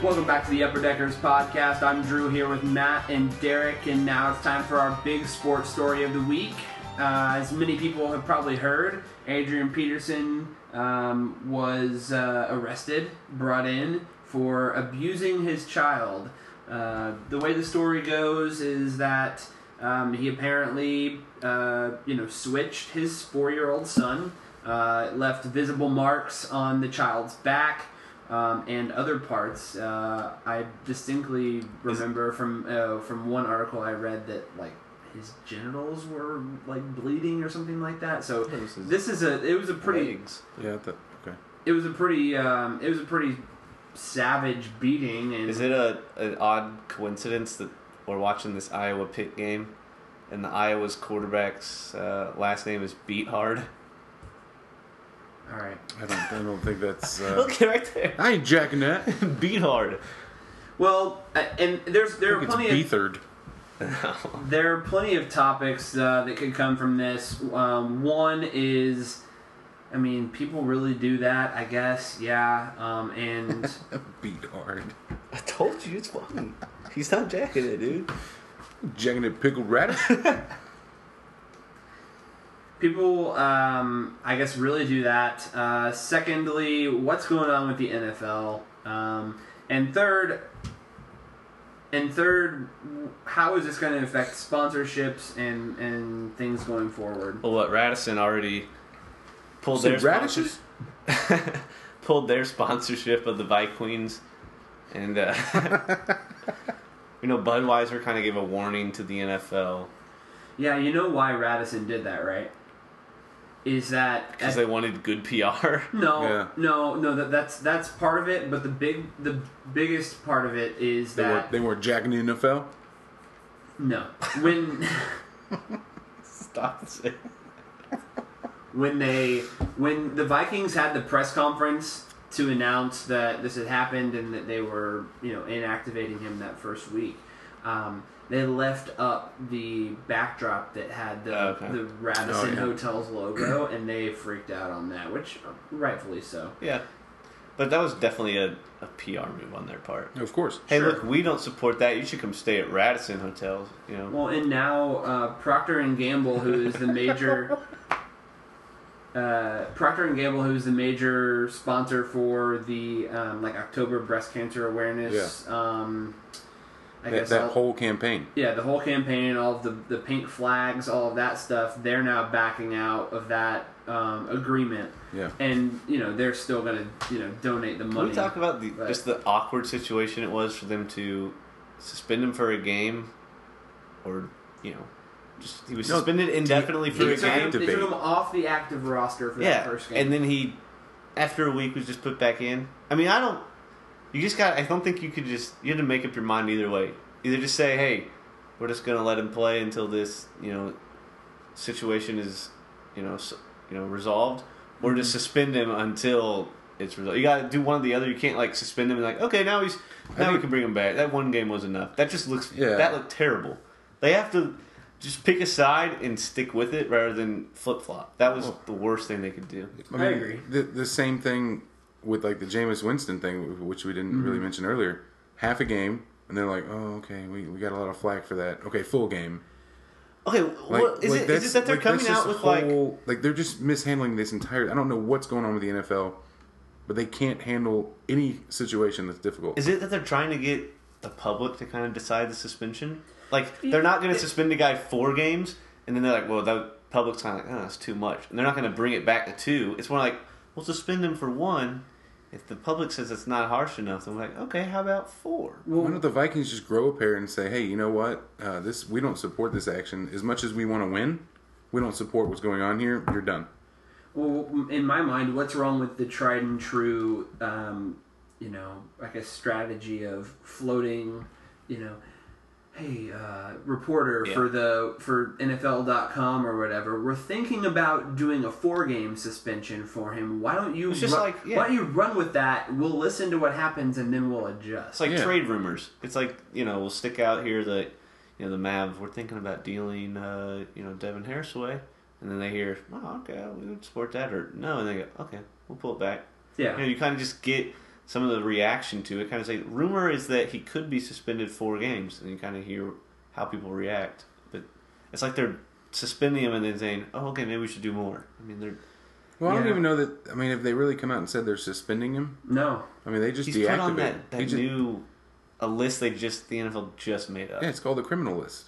Welcome back to the Upper Deckers podcast. I'm Drew here with Matt and Derek, and now it's time for our big sports story of the week. Uh, as many people have probably heard, Adrian Peterson um, was uh, arrested, brought in for abusing his child. Uh, the way the story goes is that um, he apparently, uh, you know, switched his four-year-old son, uh, left visible marks on the child's back um, and other parts. Uh, I distinctly remember from uh, from one article I read that like his genitals were like bleeding or something like that. So this is a it was a pretty Yeah, that, okay. it was a pretty um, it was a pretty savage beating and Is it a an odd coincidence that we're watching this Iowa Pitt game, and the Iowa's quarterback's uh, last name is Beat Hard? All right. I don't, I don't think that's. *laughs* Uh, *laughs* Look right there. I ain't jacking that. *laughs* Beat hard. Well, uh, and there's there are It's plenty of beathered. there are plenty of topics uh, that could come from this. Um, one is, I mean, people really do that, I guess. Yeah, um, *laughs* and *laughs* *laughs* Beat hard. I told you it's funny. He's not jacking it, dude. Jacking it pickled *laughs* radish? people, um, I guess, really do that. Uh, secondly, what's going on with the NFL? Um, and third, and third, how is this going to affect sponsorships and and things going *laughs* forward? Well, what Radisson already pulled Some their radishes? sponsors- pulled their sponsorship of the Bike Queens, and *laughs* uh, you know Budweiser kind of gave a warning to the NFL Yeah, you know why Radisson did that, right? Is that because they wanted good PR. *laughs* No, no, no. That, that's that's part of it, but the big, the biggest part of it is They, were, that they weren't jacking the NFL? no. When stop saying when they when the Vikings had the press conference to announce that this had happened and that they were you know inactivating him that first week, um, they left up the backdrop that had the Okay. the Radisson Oh, yeah. Hotels logo, and they freaked out on that, which uh, rightfully so. Yeah. But that was definitely a, a PR move on their part. Of course. Hey, Sure. look, we don't support that. You should come stay at Radisson Hotels. You know, Well, and now uh, Procter and Gamble, who is the *laughs* major uh, Procter and Gamble, who is the major sponsor for the um, like October breast cancer awareness. Um, I That, guess that all- whole campaign. yeah, the whole campaign, all of the the pink flags, all of that stuff. They're now backing out of that um, agreement, Yeah. and you know they're still going to you know donate the Can money. we talk about the, Right. just the awkward situation it was for them to suspend him for a game, or you know, just he was No, suspended indefinitely for They a took him- game. They took him off the active roster for that yeah, first game. and then he, after a week, was just put back in. I mean, I don't. You just got. I don't think you could just. You had to make up your mind either way. Either just say, "Hey, we're just gonna let him play until this, you know, situation is, you know, s you know, resolved," or just Mm-hmm. suspend him until it's resolved. You got to do one or the other. You can't like suspend him and like, okay, now he's now we can bring him back. That one game was enough. That just looks. Yeah. That looked terrible. They have to just pick a side and stick with it rather than flip flop. That was the worst thing they could do. I, mean, The, the same thing with like the Jameis Winston thing, which we didn't really Mhm. mention earlier. Half a game, and they're like, "Oh, okay, we, we got a lot of flack for that." Okay, full game. Okay, what, is, it, is it that they're coming out with like like like they're just mishandling this entire? I don't know what's going on with the NFL, but they can't handle any situation that's difficult. Is it that they're trying to get the public to kind of decide the suspension? Like they're not going to suspend a guy four games, and then they're like, "Well, that public's kind of like, oh, that's too much," and they're not going to bring it back to two. It's more like, "We'll suspend him for one." If the public says it's not harsh enough, then we're like, "Okay, how about four? Why don't the Vikings just grow a pair and say, "Hey, you know what? Uh, this we don't support this action as much as we want to win. We don't support what's going on here. You're done." Well, in my mind, what's wrong with the tried and true, um, you know, I guess strategy of floating, you know, hey, uh, reporter Yeah. for the for NFL.com or whatever, we're thinking about doing a four game suspension for him. Why don't you It's just ru- like- yeah. why don't you run with that? We'll listen to what happens and then we'll adjust. It's like trade rumors. It's like you know we'll stick out here that you know the Mavs we're thinking about dealing uh, you know Devin Harris away, and then they hear oh okay we would support that or no and they go okay we'll pull it back. Yeah. you, know, you kind of just get some of the reaction to it. Kind of say rumor is that he could be suspended four games, and you kind of hear how people react. But it's like they're suspending him and then saying oh okay maybe we should do more. I mean they're Well, I don't Yeah. even know that. I mean, have they really come out and said they're suspending him? No. I mean, they just he's deactivate. put on him. that, that He just- new a list they just the NFL just made up. yeah, it's called the criminal list.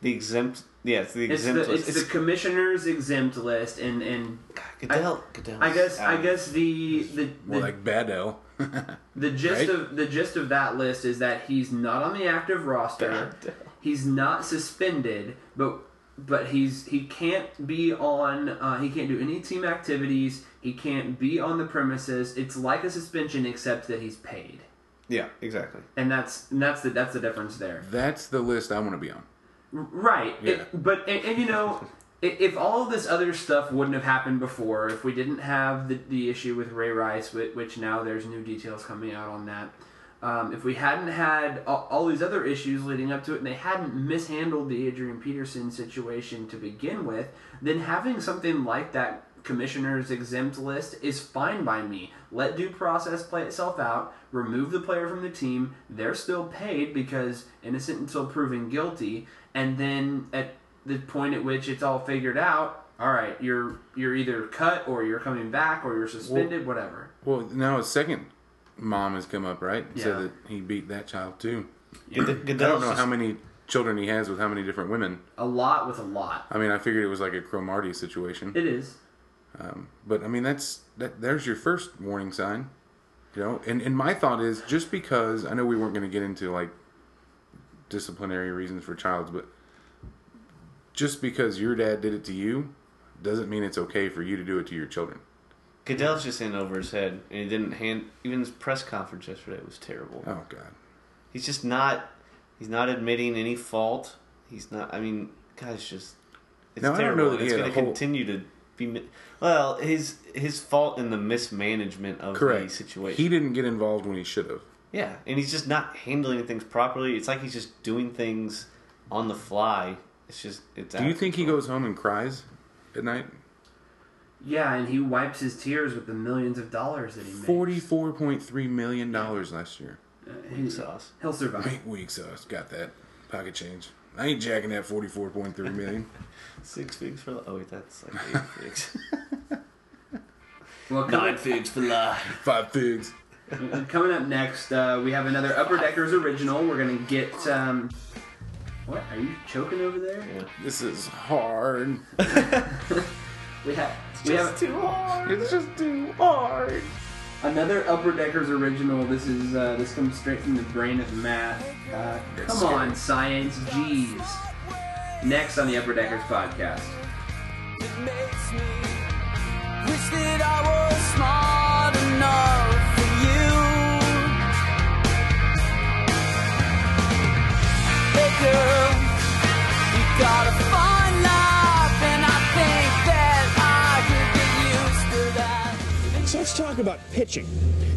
The exempt, yeah, it's the It's exempt the, list. it's the commissioner's exempt list, and and Goodell- I, Goodell's I guess I out. guess the the, More the like Badell. *laughs* The gist Right? of the gist of that list is that he's not on the active roster. He's not suspended, but but he's he can't be on. Uh, he can't do any team activities. He can't be on the premises. It's like a suspension, except that he's paid, yeah, exactly. and that's and that's the that's the difference there. That's the list I want to be on. Right. It- Yeah. but and, and you know, i- if all of this other stuff wouldn't have happened before, if we didn't have the, the issue with Ray Rice, which, which now there's new details coming out on that. Um, if we hadn't had all, all these other issues leading up to it, and they hadn't mishandled the Adrian Peterson situation to begin with, then having something like that commissioner's exempt list is fine by me. Let due process play itself out. Remove the player from the team. They're still paid because innocent until proven guilty. And then at the point at which it's all figured out, all right, you're you're either cut or you're coming back or you're suspended, whatever. Well, now his second mom has come up, right? And Yeah. Said that he beat that child too. Yeah, the- I Goodell's don't know just- how many children he has with how many different women. A lot with a lot. I mean, I figured it was like a Cromartie situation. It is. Um, but I mean, that's that. There's your first warning sign, you know. And and my thought is just because I know we weren't going to get into like disciplinary reasons for childs, but just because your dad did it to you doesn't mean it's okay for you to do it to your children. Goodell's just in over his head, and he didn't hand even his press conference yesterday was terrible. Oh God, he's just not. He's not admitting any fault. He's not. I mean, guys, just it's Now, I don't terrible. know that and he it's had going a to whole- continue to be. mi- Well, his his fault in the mismanagement of the Correct. situation. He didn't get involved when he should have. Yeah, and he's just not handling things properly. It's like he's just doing things on the fly. It's just it's. Do you think he goes home and cries at night? Yeah, and he wipes his tears with the millions of dollars that he made. Forty-four point three million dollars last year. Uh, Weak sauce. He'll survive. Weak, weak sauce. Got that pocket change. I ain't jacking that forty-four point three million. *laughs* Six figs for oh wait, that's like *laughs* eight figs. Well, Nine figs for life. Five figs. *laughs* Coming up next, uh, we have another Upper Deckers original. We're gonna get. Um, what are you choking over there? This is hard. *laughs* We have. we just have too hard. It's just too hard. Another Upper Deckers original. This is uh, this comes straight from the brain of math. Uh, come scary. on, science, jeez. Next on the Upper Deckers podcast. It makes me wish that I was smart enough for you. talk about pitching.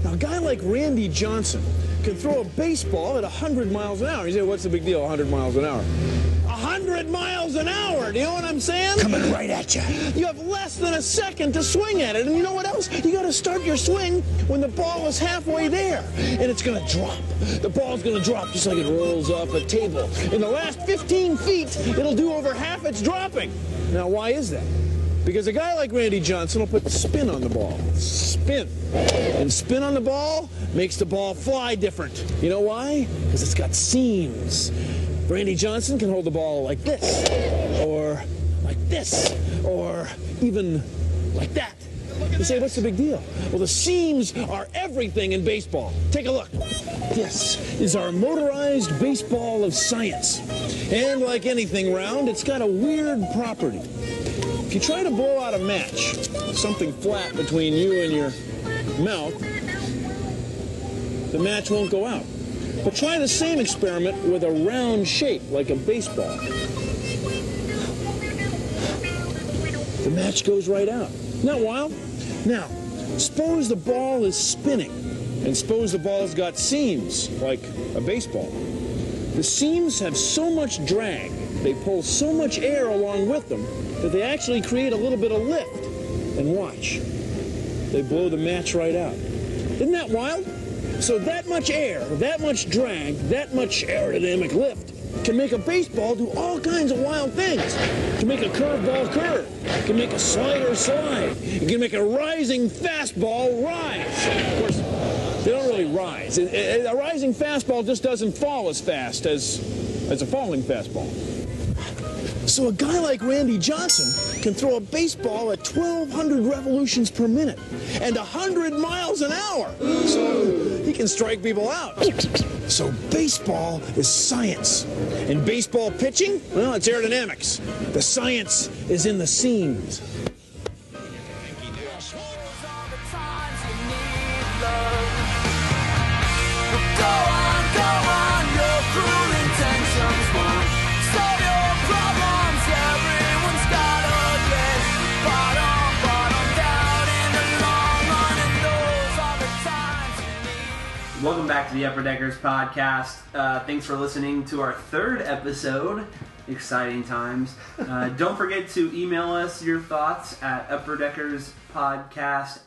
Now, a guy like Randy Johnson can throw a baseball at 100 miles an hour. You say, what's the big deal, 100 miles an hour? 100 miles an hour. Do you know what I'm saying? Coming right at you. You have less than a second to swing at it. And you know what else? You got to start your swing when the ball is halfway there. And it's going to drop. The ball's going to drop just like it rolls off a table. In the last 15 feet, it'll do over half its dropping. Now, why is that? Because a guy like Randy Johnson will put spin on the ball. Spin. And spin on the ball makes the ball fly different. You know why? Because it's got seams. Randy Johnson can hold the ball like this, or like this, or even like that. You say, what's the big deal? Well, the seams are everything in baseball. Take a look. This is our motorized baseball of science. And like anything round, it's got a weird property. If you try to blow out a match, something flat between you and your mouth, the match won't go out. But try the same experiment with a round shape, like a baseball. The match goes right out. Isn't that wild? Now, suppose the ball is spinning, and suppose the ball's got seams, like a baseball. The seams have so much drag, they pull so much air along with them, that they actually create a little bit of lift. And watch, they blow the match right out. Isn't that wild? So that much air, that much drag, that much aerodynamic lift can make a baseball do all kinds of wild things. Can make a curveball curve. Can make a slider slide. It can make a rising fastball rise. Of course, they don't really rise. It- it- A rising fastball just doesn't fall as fast as as a falling fastball. So a guy like Randy Johnson can throw a baseball at 1,200 revolutions per minute and 100 miles an hour. So he can strike people out. So baseball is science. And baseball pitching? Well, it's aerodynamics. The science is in the seams. Welcome back to the Upper Deckers podcast. Uh, thanks for listening to our third episode. Exciting times. Uh, don't forget to email us your thoughts at upperdeckerspodcast.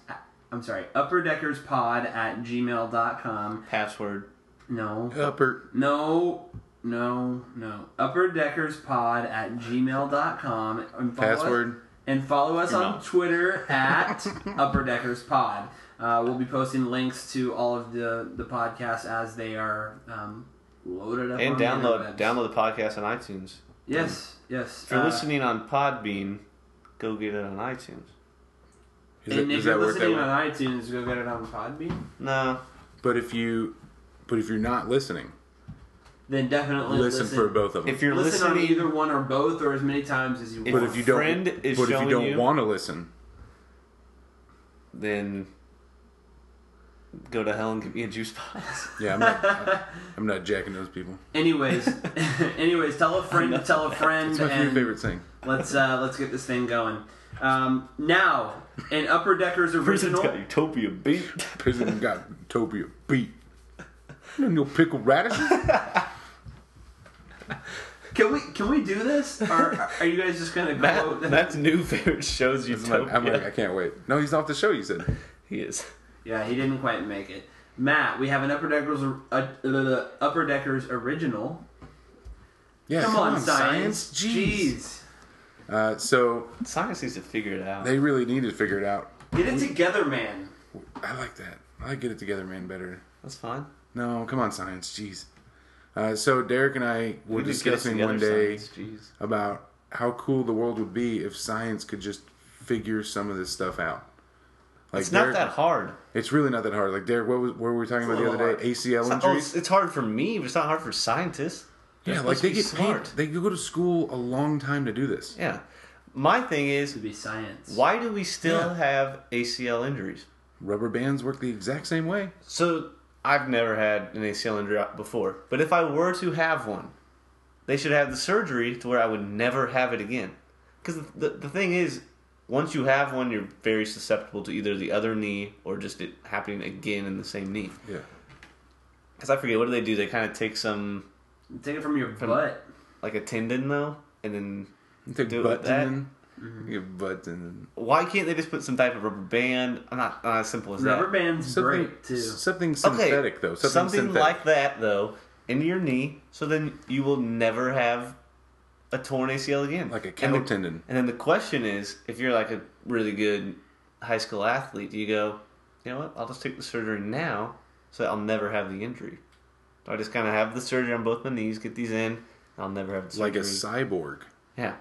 I'm sorry, upperdeckerspod at gmail.com. Password. No. Upper. No. No, no. Upperdeckerspod at gmail.com. And follow us- Password. and follow us Your on mouth. *laughs* Twitter at Upper Deckers Pod. Uh, we'll be posting links to all of the, the podcasts as they are um, loaded up And on the download interwebs. download the podcast on iTunes. Um, Yes, yes. If you're uh, listening on Podbean, go get it on iTunes. and if you're listening on iTunes, go get it on Podbean. No. But if you, but if you're not listening, Then definitely Listen for both of them. If you're listen on listening- either one or both or as many times as you but want. if you don't, but if you don't want to listen, then go to hell and give me a juice box. yeah, *laughs* I'm not, I'm not jacking those people. *laughs* Anyways, *laughs* anyways, tell a friend to tell a friend. It's my and favorite thing. Let's uh, let's get this thing going. Um, now, an Upper *laughs* Deckers original. Utopia beat. Prison got Utopia beat. No, no pickle radishes. *laughs* Can we can we do this? Or are you guys just gonna go? Matt's new favorite shows Utopia. I'm like, I can't wait. No, he's off the show. You said he is. Yeah, he didn't quite make it. Matt, we have an Upper Deckers uh, uh, Upper Deckers original. Yeah, come, come on, on, science. science. Jeez. Uh, so science needs to figure it out. They really need to figure it out. Jeez. get it together, man. I like that. I like get it together, man. Better. That's fine. No, come on, science. Jeez. Uh, so Derek and I were We just get us discussing together, one day science, jeez. about how cool the world would be if science could just figure some of this stuff out. It's not that hard. It's really not that hard. Like Derek, what was what were we It's talking a about the little other hard. day? ACL It's not- oh, injuries. it's, it's hard for me, but it's not hard for scientists. They're yeah, like supposed to they be get smart. They go to school a long time to do this. Yeah. My thing is to be science. Why do we still Yeah. have ACL injuries? Rubber bands work the exact same way. So I've never had an ACL injury before, but if I were to have one, they should have the surgery to where I would never have it again. Because the, the, the thing is, once you have one, you're very susceptible to either the other knee or just it happening again in the same knee. Yeah. Because I forget what do they do? They kind of take some. Take it from your butt. Like a tendon though, and then Take do it butt with that. tendon. Mm-hmm. You get butt tendon. Why can't they just put some type of rubber band? I'm not not as simple as that. Rubber band's Something- great too. Something synthetic though. Something, synthetic. like that though into your knee, so then you will never have a torn ACL again, like a cow tendon. And then the question is, if you're like a really good high school athlete, do you go, you know what? I'll just take the surgery now, so that I'll never have the injury. So I just kind of have the surgery on both my knees, get these in. and I'll never have the surgery. Like a cyborg. Yeah.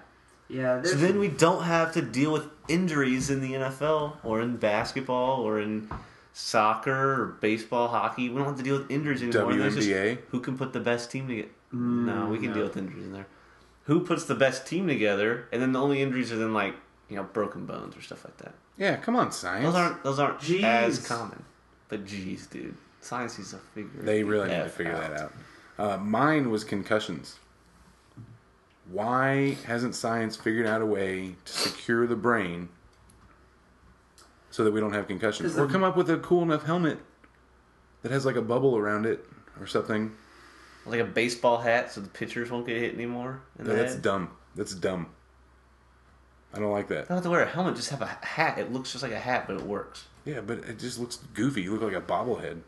Yeah. So there's- then we don't have to deal with injuries in the NFL or in basketball or in soccer or baseball, hockey. We don't have to deal with injuries anymore. There's just WNBA? who can put the best team together? Mm, no, we can no. deal with injuries in there. Who puts the best team together? And then the only injuries are then like you know broken bones or stuff like that. Yeah, come on, science. Those aren't those aren't Jeez. as common. But geez, dude, science is a figure. They really need to F figure that out. Uh, mine was concussions. Why hasn't science figured out a way to secure the brain so that we don't have concussions? 'Cause Or the- come up with a cool enough helmet that has like a bubble around it or something. Like a baseball hat, so the pitchers won't get hit anymore. in No, the that's head. dumb. That's dumb. I don't like that. Don't have to wear a helmet. Just have a hat. It looks just like a hat, but it works. Yeah, but it just looks goofy. You look like a bobblehead.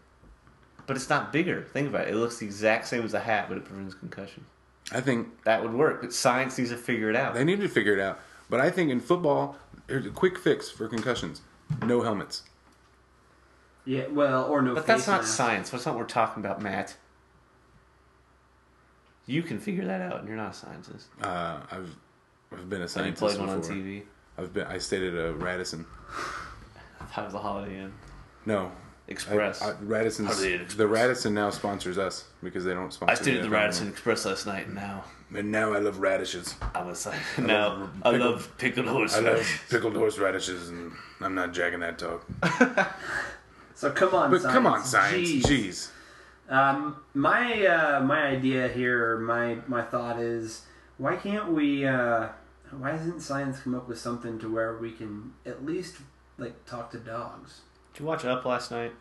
But it's not bigger. Think about it. It looks the exact same as a hat, but it prevents concussion. I think that would work, but science needs to figure it out. They need to figure it out. But I think in football, there's a quick fix for concussions: no helmets. Yeah. Well, or no. But that's face not mask. science. That's not what we're talking about, Matt. You can figure that out, and you're not a scientist. Uh, I've I've been Have you a scientist played one on before. TV? I've been. I stayed at a Radisson. That was the Holiday Inn. No. Express. I, I, Radisson's- Holiday Inn The Radisson now sponsors us because they don't sponsor. I stayed at the NFL. Radisson Express last night, and now And now I love radishes. I'm a scientist. I Now I pickled- love pickled horse. I love pickled horseradishes, and I'm not jacking that talk. So come on, But science. come on, science. Jeez. Jeez. Um, my uh, my idea here, my my thought is, why can't we? Uh, why hasn't science come up with something to where we can at least like talk to dogs? Did you watch Up last night?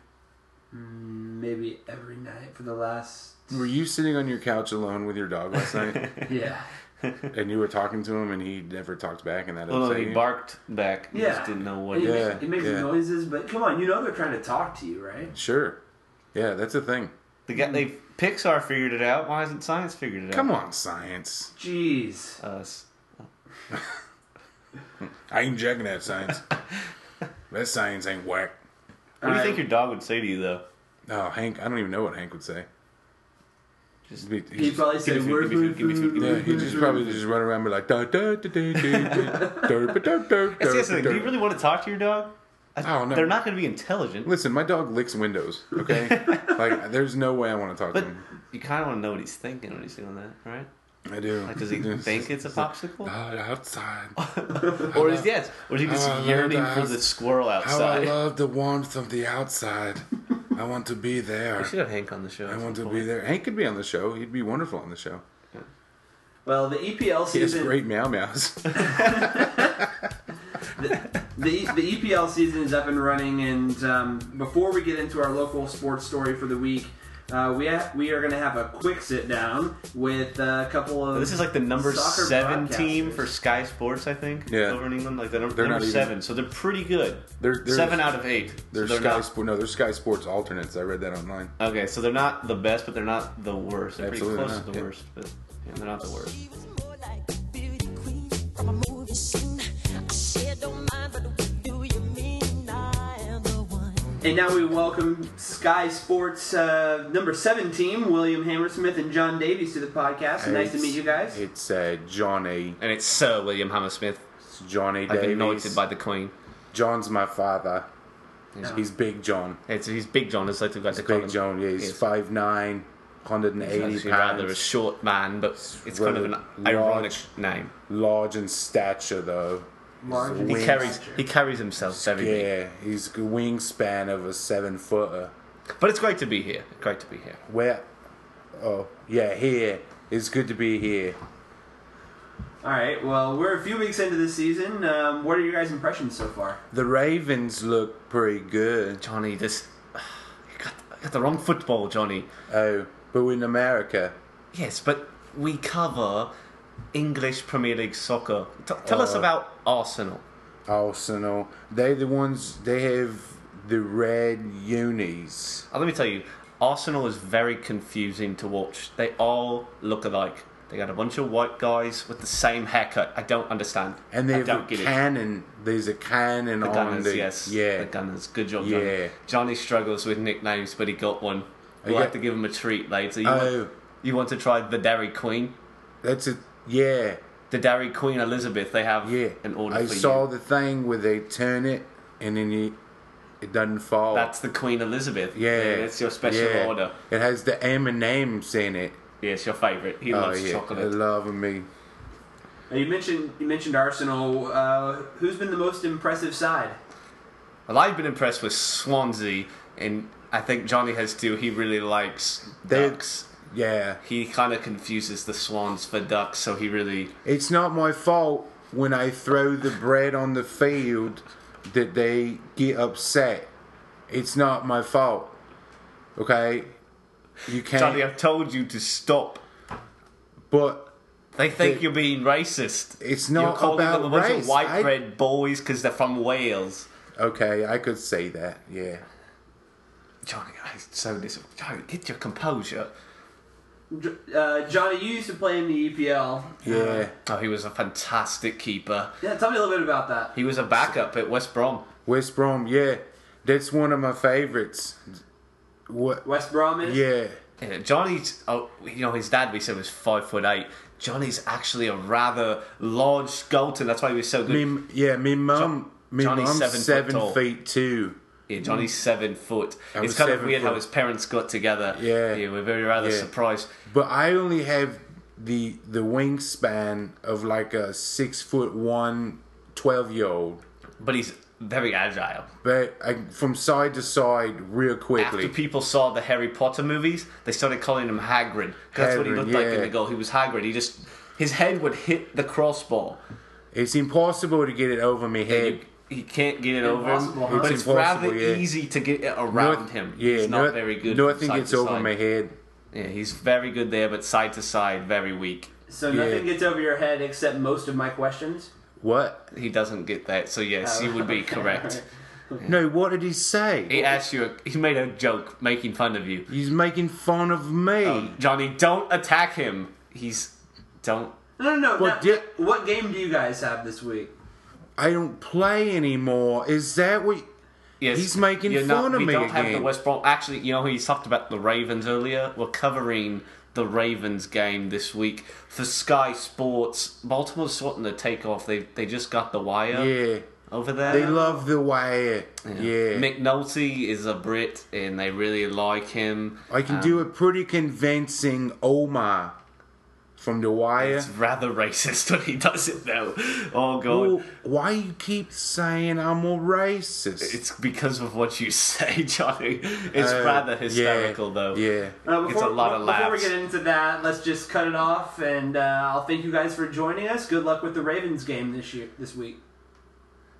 Mm, Maybe every night for the last Were you sitting on your couch alone with your dog last night? *laughs* yeah. and you were talking to him, and he never talked back, and that Well, no, upset he you? barked back. You Yeah. just didn't know what. It, he was- Yeah, Makes, it makes yeah. noises, but come on, you know they're trying to talk to you, right? Sure. Yeah, that's a thing. They got they Pixar figured it out. Why hasn't science figured it Come out? on, science. Jeez. Us. I ain't jacking *laughs* that science. that science ain't whack. What do you think your dog would say to you though? Oh, Hank, I don't even know what Hank would say. Just be, He'd probably say, give me food, give me food, give me food, give me food. Yeah, he'd just probably just run around and be like, da da da da *laughs* da da da That's the other thing. Do you really want to talk to your dog? I don't know. They're not going to be intelligent, Listen, my dog licks windows, okay? *laughs* like, there's no way I want to talk but to him. you kind of want to know what he's thinking when he's doing that, right? I do. Like, *laughs* does he think it's a popsicle? Ah, outside. *laughs* or is yes? Or is he just How I love yearning for outs- the squirrel How I outside? love the warmth of the *laughs* outside. I want to be there. We should have Hank on the show. I want to be there. Hank could be on the show. He'd be wonderful on the show. Well, the E EPL He has season. great meow meows. the, the EPL season is up and running, and um, before we get into our local sports story for the week, uh, we ha- we are going to have a quick sit down with uh, a couple of. Oh, This is like the number soccer seven broadcasters. team for Sky Sports, I think. Yeah. Over in England, like the number, They're number not even- seven, *laughs* so they're pretty good. They're- they're- seven out of eight. They're, so they're Sky not Sports. No, they're Sky Sports alternates. I read that online. Okay, so they're not the best, but they're not the worst. They're pretty Absolutely close not, to the yeah. worst, but yeah, they're not the worst. from a movie scene. I said, don't mind, but what do you mean? I am the one. And now we welcome Sky Sports uh, number seven team, William Hammersmith and John Davies, to the podcast. nice to meet you guys. It's uh, John A. And it's Sir William Hammersmith. It's John A. Like Davies. anointed by the Queen. John's my father. Yeah. He's Big John. It's, he's Big John. It's like they've got to call Big him. John. Yeah, he's Yes. five nine, hundred and He's eighty actually pounds. rather a short man, but it's kind of an rather ironic large- name. Large in stature, though. His Large in wings- He carries he carries himself very big. Yeah, he's a wingspan of a seven footer. But it's great to be here. Great to be here. Where? Oh, yeah, here. It's good to be here. All right. Well, we're a few weeks into the season. Um, what are your guys' impressions so far? The Ravens look pretty good. Johnny, this. You got, I got the wrong football, Johnny. Oh, but we're in America. Yes, but we cover English Premier League soccer. T- tell us Uh, about Arsenal. Arsenal. They the ones they have the red unis. Uh, let me tell you, Arsenal is very confusing to watch. They all look alike. They got a bunch of white guys with the same haircut. I don't understand. And they I have don't a get it. cannon. There's a cannon The on Gunners, the yes. Yeah. The Gunners. Good job, Johnny. Yeah. Johnny struggles with nicknames, but he got one. We'll Okay. have to give him a treat later. You, Oh. want, you want to try the Dairy Queen? That's a yeah. The Dairy Queen Elizabeth. They have yeah. an order I for saw you. the thing where they turn it and then you, it doesn't fall. That's the Queen Elizabeth. yeah. That's your special yeah. order. It has the M and M's in it. Yeah, it's your favorite. He oh, loves yeah. chocolate. They love me. Uh, You mentioned you mentioned Arsenal. Uh, who's been the most impressive side? Well, I've been impressed with Swansea, and I think Johnny has too. He really likes ducks. Yeah. He kind of confuses the swans for ducks, so he really. It's not my fault when I throw the bread on the field that they get upset. It's not my fault. Okay? You can't. Johnny, I've told you to stop. But They think The- you're being racist. It's not You're calling about them a bunch race. of white I- bread boys because they're from Wales. Okay, I could say that. Yeah. Johnny, I'm so disappointed. Johnny, get your composure. Jo- Uh, Johnny, you used to play in the E EPL. Yeah. Oh, he was a fantastic keeper. Yeah, tell me a little bit about that. He was a backup at West Brom. West Brom, yeah. That's one of my favorites. What? West Brom is. Yeah. Yeah, Johnny's, oh, you know, his dad we said was five foot eight. Johnny's actually a rather large skeleton. That's why he was so good. Me, yeah, me mum. Jo- Me Johnny's mum's seven seven, foot tall. feet two. Mm. yeah, Johnny's seven foot. I It's was kind of seven weird how foot. his parents got together. Yeah. yeah we're very rather Yeah. surprised. But I only have the the wingspan of like a six foot one, 12 year old. But he's very agile. But I, from side to side, real quickly. After people saw the Harry Potter movies, they started calling him Hagrid. 'Cause That's what he Hagrid, looked like in yeah. the goal. He was Hagrid. He just his head would hit the crossbar. it's impossible to get it over my head. He can't get it over him, Impossible, huh? but It's it's rather impossible, yeah. easy to get it around Noth- him. yeah, he's not noth- very good. from nothing side gets to over side. my head. Yeah, he's very good there, but side to side, very weak. So nothing gets over your head except most of my questions. What? He doesn't get that. So yes, you *laughs* would be correct. *laughs* No, what did he say? He asked you. A, he made a joke, making fun of you. Oh, He's making fun of me. Johnny, don't attack him. He's don't. No, no, no. Well, that- what game do you guys have this week? I don't play anymore. Is that what? Yes, He's making you're fun not- of we me don't have the again. West Brom. Actually, you know, he talked about the Ravens earlier. We're covering the Ravens game this week for Sky Sports. Baltimore's sorting the takeoff. They they just got the wire. Yeah. over there. They love the way. Yeah. McNulty is a Brit, and they really like him. I can Um, do a pretty convincing Omar from The Wire. It's Um, rather *laughs* racist when he does it, though. Oh god, Well, why you keep saying I'm a racist? it's because of what you *laughs* say, Johnny. It's Uh, rather yeah, hysterical, though. yeah. Uh, it's a lot of Before we laughs. get into that, let's just cut it off, and uh, I'll thank you guys for joining us. Good luck with the Ravens game this year, this week.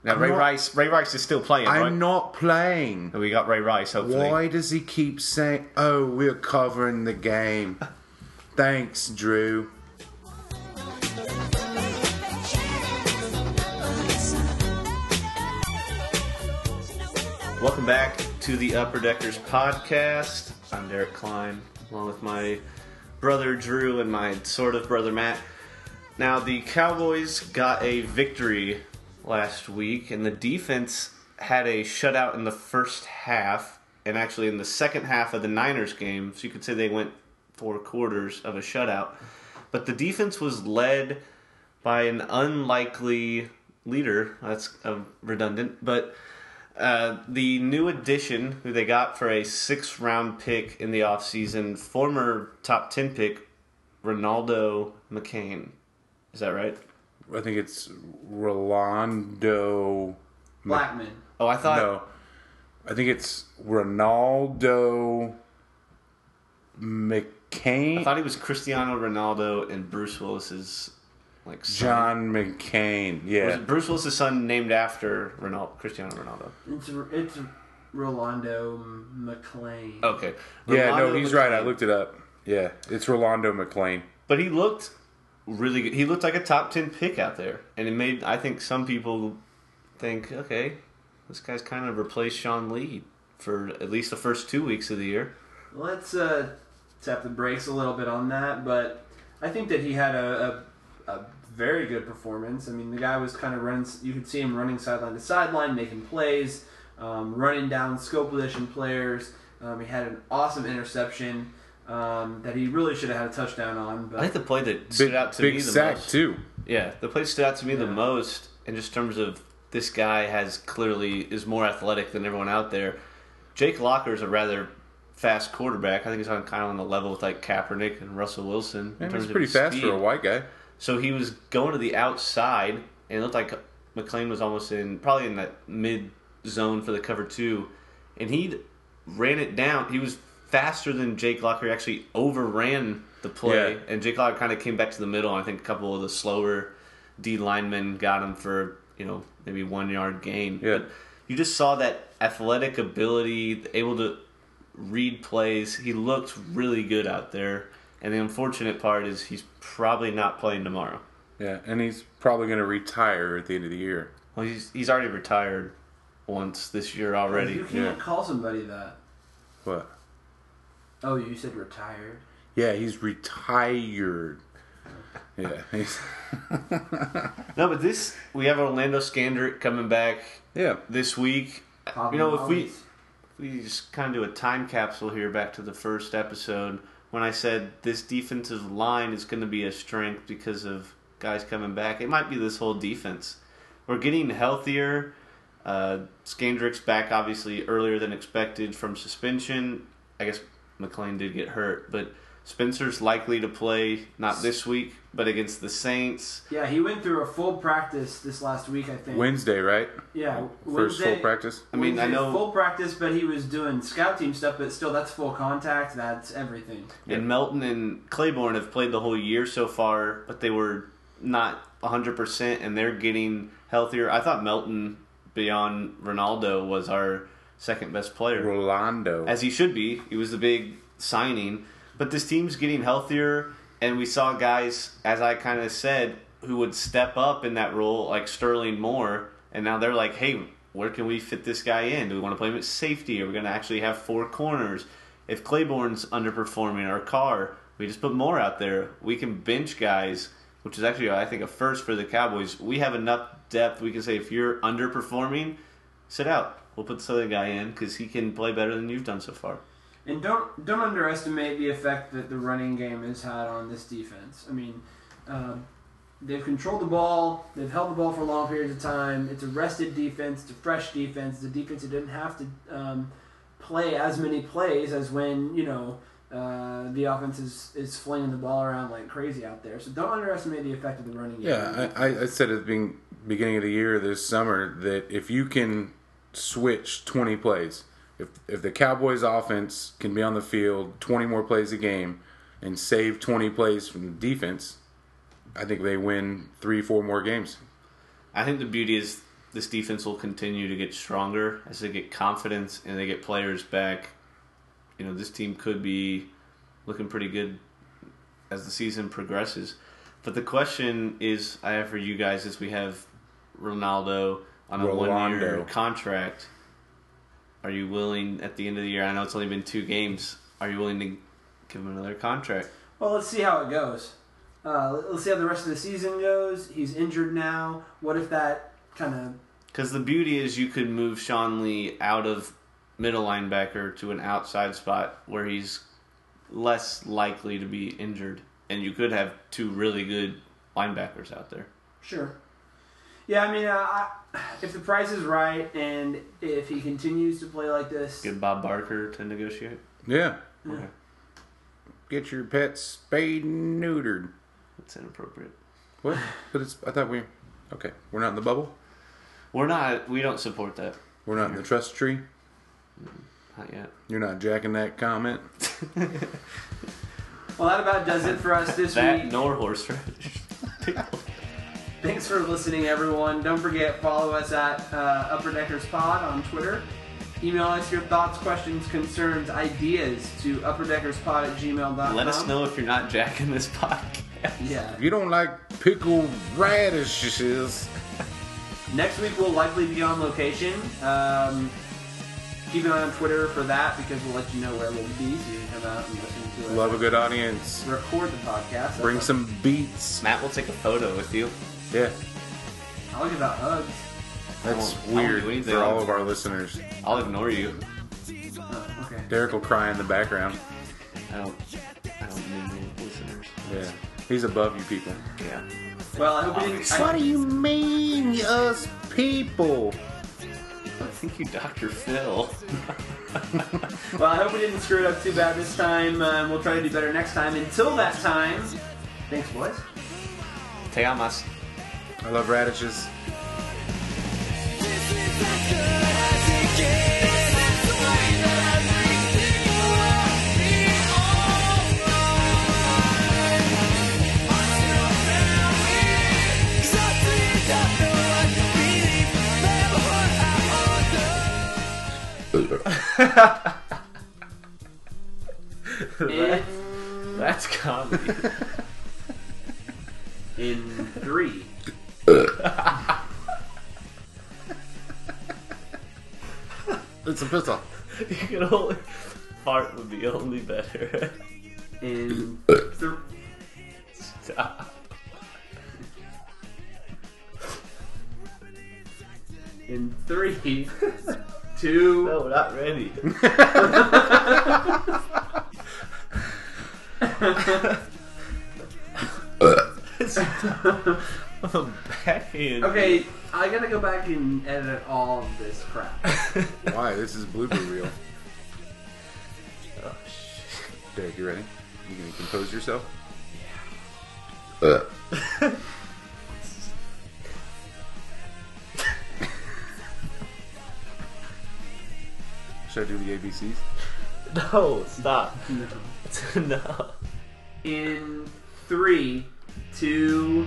Now I'm Ray not- Rice, Ray Rice is still playing, I'm right? not playing. we got Ray Rice. Hopefully, Why does he keep saying, "Oh, we're covering *laughs* the game"? Thanks, Drew. Welcome back to the Upper Deckers podcast. I'm Derek Klein, along with my brother Drew and my sort of brother Matt. Now, the Cowboys got a victory last week, and the defense had a shutout in the first half, and actually in the second half of the Niners game. So you could say they went four quarters of a shutout. But the defense was led by an unlikely leader. That's uh, redundant, but uh, the new addition who they got for a six round pick in the offseason, former top 10 pick, Ronaldo McCain. Is that right? I think it's Rolando. Blackman. Oh, I thought. No, I think it's Ronaldo McCain. I thought he was Cristiano Ronaldo and Bruce Willis's Like John McCain. Was Yeah. it Bruce Willis' son named after Ronaldo, Cristiano Ronaldo? It's it's Rolando McLean. Okay. Yeah, no, Rolando he's right. I McClain. looked it up. Yeah, it's Rolando McLean. But he looked really good. He looked like a top 10 pick out there. And it made, I think, some people think, okay, this guy's kind of replaced Sean Lee for at least the first two weeks of the year. Let's uh, tap the brakes a little bit on that, but I think that he had a, a, a very good performance. I mean, the guy was kind of running, you could see him running sideline to sideline, making plays, um, running down scope position players. Um, he had an awesome interception um, that he really should have had a touchdown on. Um, But I think the play that stood out to big me the sack, most, too. Yeah, the play that stood out to me the most, in just terms of this guy has clearly is more athletic than everyone out there. Jake Locker is a rather fast quarterback. I think he's on kind of on the level with like Kaepernick and Russell Wilson. And terms he's of pretty his fast speed. for a white guy. So he was going to the outside, and it looked like McLean was almost in probably in that mid zone for the cover two, and he ran it down. He was faster than Jake Locker. He actually overran the play, Yeah. and Jake Locker kind of came back to the middle. And I think a couple of the slower D linemen got him for you know maybe one yard gain. Yeah. But you just saw that athletic ability, able to read plays. He looked really good out there. And the unfortunate part is he's probably not playing tomorrow. Yeah, and he's probably going to retire at the end of the year. Well, he's he's already retired once this year already. You can't call somebody that. What? Oh, you said retired. Yeah, he's retired. Yeah, he's *laughs* *laughs* No, but this we have Orlando Scandrick coming back. Yeah. This week, you know, if we if we just kind of do a time capsule here back to the first episode when I said this defensive line is going to be a strength because of guys coming back. It might be this whole defense. We're getting healthier. Uh, Scandrick's back obviously earlier than expected from suspension. I guess McLean did get hurt, but Spencer's likely to play not this week, but against the Saints. Yeah, he went through a full practice this last week, I think. Wednesday, right? Yeah, First full Wednesday- practice. I mean, I Wednesday's know- full practice, but he was doing scout team stuff. But still, that's full contact. That's everything. And Melton and Claiborne have played the whole year so far, but they were not 100%, and they're getting healthier. I thought Melton, beyond Ronaldo, was our second best player. Rolando. As he should be. He was the big signing. But this team's getting healthier, and we saw guys, as I kind of said, who would step up in that role, like Sterling Moore, and now they're like, hey, where can we fit this guy in? Do we want to play him at safety? Are we going to actually have four corners? If Claiborne's underperforming our car, we just put more out there. We can bench guys, which is actually, I think, a first for the Cowboys. We have enough depth. We can say if you're underperforming, sit out. We'll put this other guy in because he can play better than you've done so far. And don't don't underestimate the effect that the running game has had on this defense. I mean, um, they've controlled the ball. They've held the ball for long periods of time. It's a rested defense. It's a fresh defense. It's a defense that didn't have to um, play as many plays as when you know. Uh, the offense is, is flinging the ball around like crazy out there. So don't underestimate the effect of the running game. Yeah, I, I- I said at the being- beginning of the year this summer that if you can switch 20 plays, if if the Cowboys' offense can be on the field 20 more plays a game and save 20 plays from the defense, I think they win three, four more games. I think the beauty is this defense will continue to get stronger as they get confidence and they get players back. You know, this team could be looking pretty good as the season progresses. But the question is I have for you guys is we have Ronaldo on a one year Rolando. contract. Are you willing at the end of the year? I know it's only been two games. Are you willing to give him another contract? Well, let's see how it goes. Uh, let- let's see how the rest of the season goes. He's injured now. What if that kind of Because the beauty is you could move Sean Lee out of middle linebacker to an outside spot where he's less likely to be injured, and you could have two really good linebackers out there. Sure. Yeah, I mean, uh, I, if the price is right and if he continues to play like this, Get Bob Barker to negotiate. Yeah. Yeah. Get your pets spayed and neutered. That's inappropriate. What? But it's. I thought we. Okay, we're not in the bubble. We're not. We don't support that. Mm, We're not in the trust tree. Not yet. You're not jacking that comment. well, that about does it for us *laughs* this that week. nor horse radish. Thanks for listening, everyone. Don't forget, follow us at uh, Upper Deckers Pod on Twitter. Email us your thoughts, questions, concerns, ideas to upperdeckerspod at *laughs* gmail.com. Let us know if you're not jacking this podcast. *laughs* Yeah. If you don't like pickled radishes, Next week, we'll likely be on location. Um, keep an eye on Twitter for that because we'll let you know where we'll be so you can come out and listen to us. love a good audience. Record the podcast. Bring some beats. Matt will take a photo with you. Yeah, I will give out hugs. that's I won't- I won't do weird anything. for *laughs* all of our listeners. I'll ignore you. Oh, okay. Derek will cry in the background. I don't. I don't need any listeners. Yeah, he's above you people. Yeah. Well, I hope you didn't. I- What do you mean, *laughs* us people? I think you, Doctor Phil. *laughs* well, I hope we didn't screw it up too bad this time. Um, we'll try to do better next time. Until that time, thanks, boys. Te amas. I love radishes. That's comedy. *laughs* In three. It's a pistol. you can only fart would be only better. *laughs* In three. Stop. In *laughs* three. Two. No, not *laughs* ready. *laughs* I'm back in. *laughs* Okay, I gotta go back and edit all of this crap. *laughs* Why? This is blooper reel. Oh, Derek, you ready? You gonna compose yourself? *laughs* Should I do the ABCs? No, Oh, stop. No. *laughs* It's enough. In three, two,